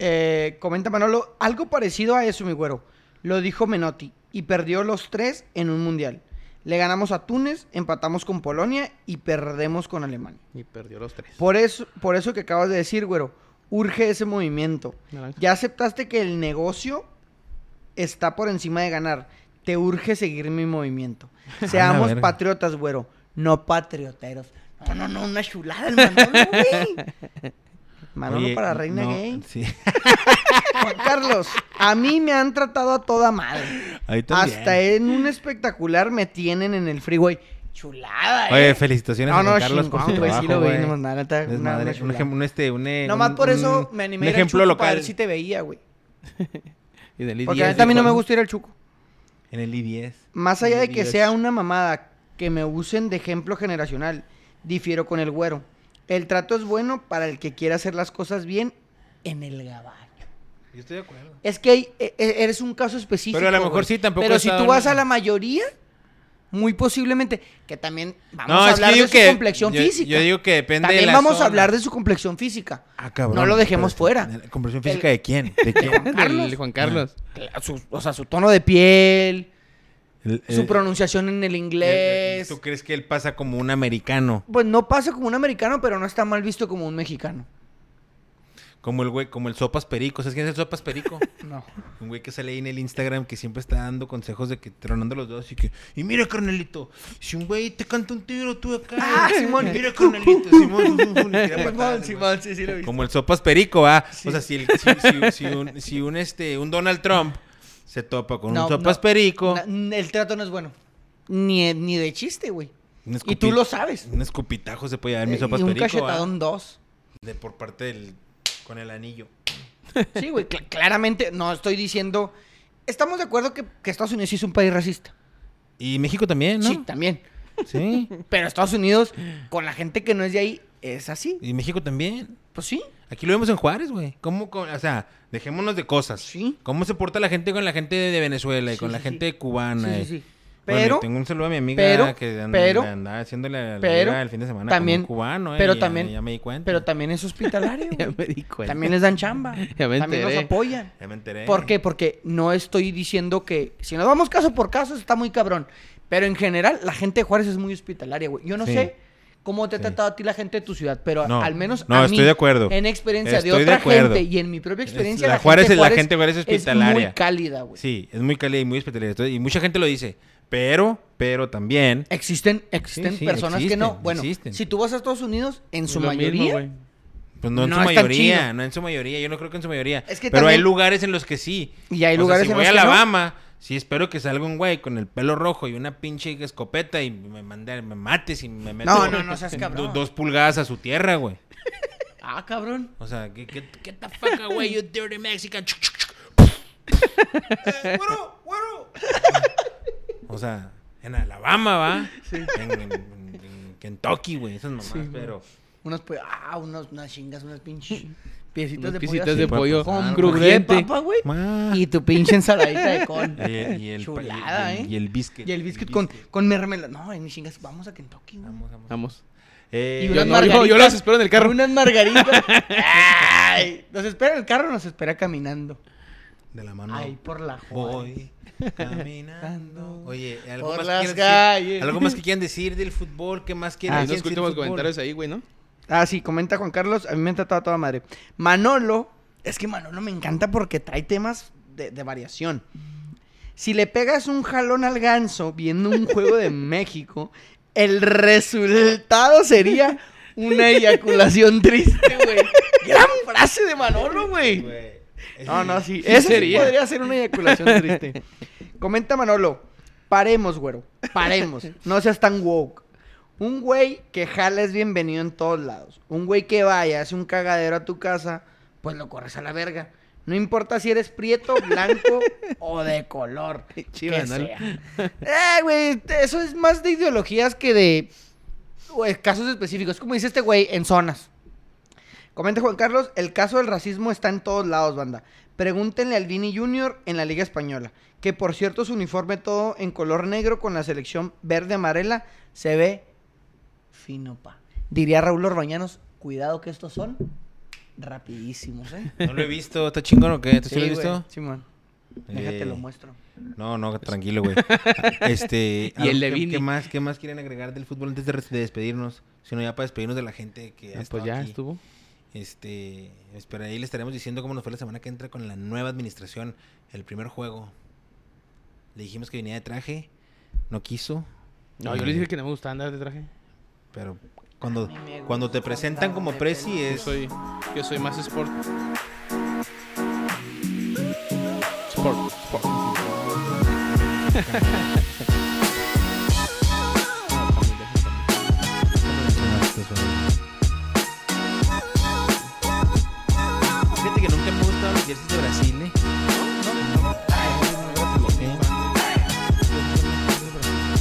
Eh, comenta Manolo, algo parecido a eso, mi güero. Lo dijo Menotti y perdió los tres en un mundial. Le ganamos a Túnez, empatamos con Polonia y perdemos con Alemania. Y perdió los tres. Por eso, por eso que acabas de decir, güero, urge ese movimiento. Naranja. Ya aceptaste que el negocio está por encima de ganar. Te urge seguir mi movimiento. A la Seamos verga. patriotas, güero, no patrioteros. No, no, no, una chulada el Manolo, güey. Manolo Oye, Ah, para reina no, gay. Sí. Juan Carlos, a mí me han tratado a toda madre. Ahí también. Hasta en un espectacular me tienen en el freeway. Chulada, eh. Oye, felicitaciones a No, Juan no, Carlos por su chingón, güey, sí trabajo, lo vi, güey. nomás, la neta, Es una- madre, una un chulada. ejem- un este, un, eh, Nomás un- por eso un- me animé un a ir al ejemplo Chuco local. para ver si te veía, güey. Y del Porque a mí IDS, también no me Juan. gusta ir al Chuco. En el I-10. Más allá de que Dios. sea una mamada que me usen de ejemplo generacional, difiero con el güero. El trato es bueno para el que quiera hacer las cosas bien en el gabacho. Yo estoy de acuerdo. Es que hay- e- e- eres un caso específico. Pero a lo mejor güey. sí, tampoco Pero he si estado tú en- vas a la mayoría, muy posiblemente, que también vamos No, a es que hablar digo de su que- complexión yo- física. yo digo que depende de También la vamos zona. a hablar de su complexión física. Ah, cabrón. No lo dejemos Pero, fuera. ¿la ¿Conversión física de quién? ¿De quién? Del Carlos. Juan Carlos. Claro, su- o sea, su tono de piel, El- su el- pronunciación en el el- el- inglés. eh, ¿Tú crees que él pasa como un americano? Pues no pasa como un americano, pero no está mal visto como un mexicano. Como el güey, como el Sopas Perico. ¿Sabes quién es el Sopas Perico? No. Un güey que sale ahí en el Instagram que siempre está dando consejos de que tronando los dedos y que, y mira, carnalito, si un güey te canta un tiro, tú acá. Ah, Simón. Mira, carnalito, Simón, Simón, pues, Simón, y tira patadas, Simón, güey. Simón, sí, sí lo he visto. Como el sopas perico, ¿va? O sea, si, el- si- si- si un, si un, este, un Donald Trump se topa con No, un sopas no. perico, Na- El trato no es bueno. Ni, ni de chiste, güey. un Y escupi- tú lo sabes. un escupitajo se puede dar Eh, mi sopas y un perico, ¿va? cachetadón dos. De, por parte del... con el anillo. Sí, güey, cl- claramente no estoy diciendo... Estamos de acuerdo que, que Estados Unidos sí es un país racista. Y México también, ¿no? Sí, también. Sí. Pero Estados Unidos, con la gente que no es de ahí, es así. Y México también. Pues sí. Aquí lo vemos en Juárez, güey. ¿Cómo con- o sea, dejémonos de cosas. Sí. ¿Cómo se porta la gente con la gente de Venezuela y Sí, con la sí, gente Sí, cubana? sí, y- sí. Bueno, Pero, y tengo un saludo a mi amiga pero- que and- pero- andaba haciéndole la, la pero vida el fin de semana también- con un cubano, ¿eh? pero y ya- también- ya me di cuenta. pero también es hospitalario. Ya güey. me di cuenta. también les dan chamba. Ya me también los enteré. apoyan. Ya me enteré. ¿Por qué? Porque no estoy diciendo que si nos vamos caso por caso está muy cabrón. Pero en general la gente de Juárez es muy hospitalaria, güey. Yo no Sí. sé cómo te ha Sí. tratado a ti la gente de tu ciudad, pero No, al menos no, a mí, estoy de acuerdo. en experiencia Estoy de de otra acuerdo. gente y en mi propia experiencia la Juárez de es- la gente de Juárez es Es muy hospitalaria. cálida, güey. Sí, es muy cálida y muy hospitalaria. Entonces, Y mucha gente lo dice. Pero, pero también... Existen, existen Sí, sí, personas que no. existen, Bueno, existen. si tú vas a Estados Unidos, en su Lo mismo, mayoría, güey. Pues no en No su es tan mayoría, chido. no en su mayoría, yo no creo que en su mayoría. Es que pero hay también- lugares en los que sí. Y hay O sea, lugares si en voy los a que no. Alabama, sí espero que salga un güey con el pelo rojo y una pinche escopeta y me mande, me mates y me meto No, no, no seas do- cabrón. dos pulgadas a su tierra, güey. ah, cabrón. O sea, ¿qué, qué, qué the fuck away, you dirty Mexican? Chuc, chuc, chuc. Eh, güero, güero. o sea, en Alabama, ¿va? En, en- en Kentucky, güey, esas mamás, pero... Unos pues, ah, unos, unas chingas, unas pinches piecitas Unas de piecitas pollo. de así, pollo con crujiente. crujiente. papa, güey. Ma. Y tu pinche ensaladita de con. Y el, Eh, y el- Chulada, y el- ¿eh? y el biscuit. Y el biscuit con, con mermelada. No, ay, mis chingas, vamos a Kentucky, güey. Vamos, vamos. Vamos. Eh, Y Yo unas no, yo- yo margaritas, los espero en el carro. Unas margaritas. Ay, ¿Nos espera en el carro o nos espera caminando? de la mano. Ay, por la Juárez. Voy caminando. Oye, ¿algo Por más, las que quieran calles. decir, algo más que quieran decir del fútbol? ¿Qué más quieren Hay decir unos del Ah, últimos fútbol? comentarios ahí, güey, ¿no? Ah, sí, comenta Juan Carlos. A mí me han tratado a toda madre. Manolo, es que Manolo me encanta porque trae temas de, de variación. Si le pegas un jalón al ganso viendo un juego de México, el resultado sería una eyaculación triste, güey. Gran frase de Manolo, güey. Güey, es- No, no, sí. Sí Eso sí sería. podría ser una eyaculación triste. Comenta Manolo. Paremos, güero. Paremos. No seas tan woke. Un güey que jala es bienvenido en todos lados. Un güey que vaya, hace un cagadero a tu casa, pues lo corres a la verga. No importa si eres prieto, blanco o de color. chido, que Manolo. sea. Eh, güey, eso es más de ideologías que de güey, casos específicos. Como dice este güey, en zonas. Comenta Juan Carlos, el caso del racismo está en todos lados, banda. Pregúntenle al Vini Junior en la Liga Española, que por cierto su uniforme todo en color negro con la selección verde-amarela se ve fino, pa. Diría Raúl Orbañanos, cuidado que estos son rapidísimos, ¿eh? No lo he visto. ¿Está chingón o qué? ¿Tú sí, lo güey, has visto? Simón. Déjate Eh, lo muestro. No, no, tranquilo, güey. Este, Y el algo- de ¿qué- Vini. ¿qué, más, ¿Qué más quieren agregar del fútbol antes de, res- de despedirnos? Sino ya para despedirnos de la gente que ha Ah, estado Pues ya aquí. estuvo. Este, espera, ahí le estaremos diciendo cómo nos fue la semana que entra con la nueva administración, el primer juego. Le dijimos que venía de traje, no quiso. No, yo le dije que no me gustaba andar de traje. Pero cuando, mí me gusta cuando te presentan como andar de presi Yo es... soy, yo soy más sport. Sport, sport. Fíjate que nunca me han gustado los jerseys de Brasil, ¿eh?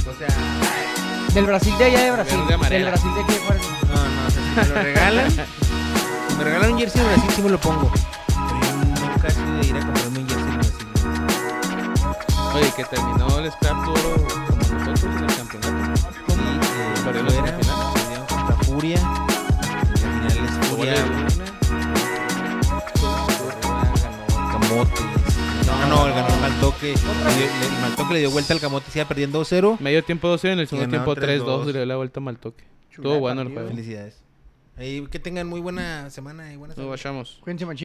O sea, Del Brasil de allá de Brasil. Verde, amarela. Del Brasil de aquí de Juárez. no, no, o sea, si me lo regalan, si me regalan un jersey de Brasil, sí me lo pongo. Pero yo nunca he sido de ir a comprarme un jersey de Brasil. Oye, que terminó el scrap duro como nosotros en el campeonato. Eh, Pero fuera, no es final. perdieron contra Furia. La final es Gol Furia. de güey. Luna. Camote. No, no, el ganó el Maltoque. Le dio- le- El Maltoque le dio vuelta al Camote, se iba perdiendo 2-0. Medio tiempo 2-0, en el segundo tiempo 3-2 Ganaron y 3-2. le dio la vuelta mal toque. Chulada Estuvo bueno el partido. juego. Felicidades. Ahí, que tengan muy buena semana y buenas Nos vayamos. Cuídense, machín.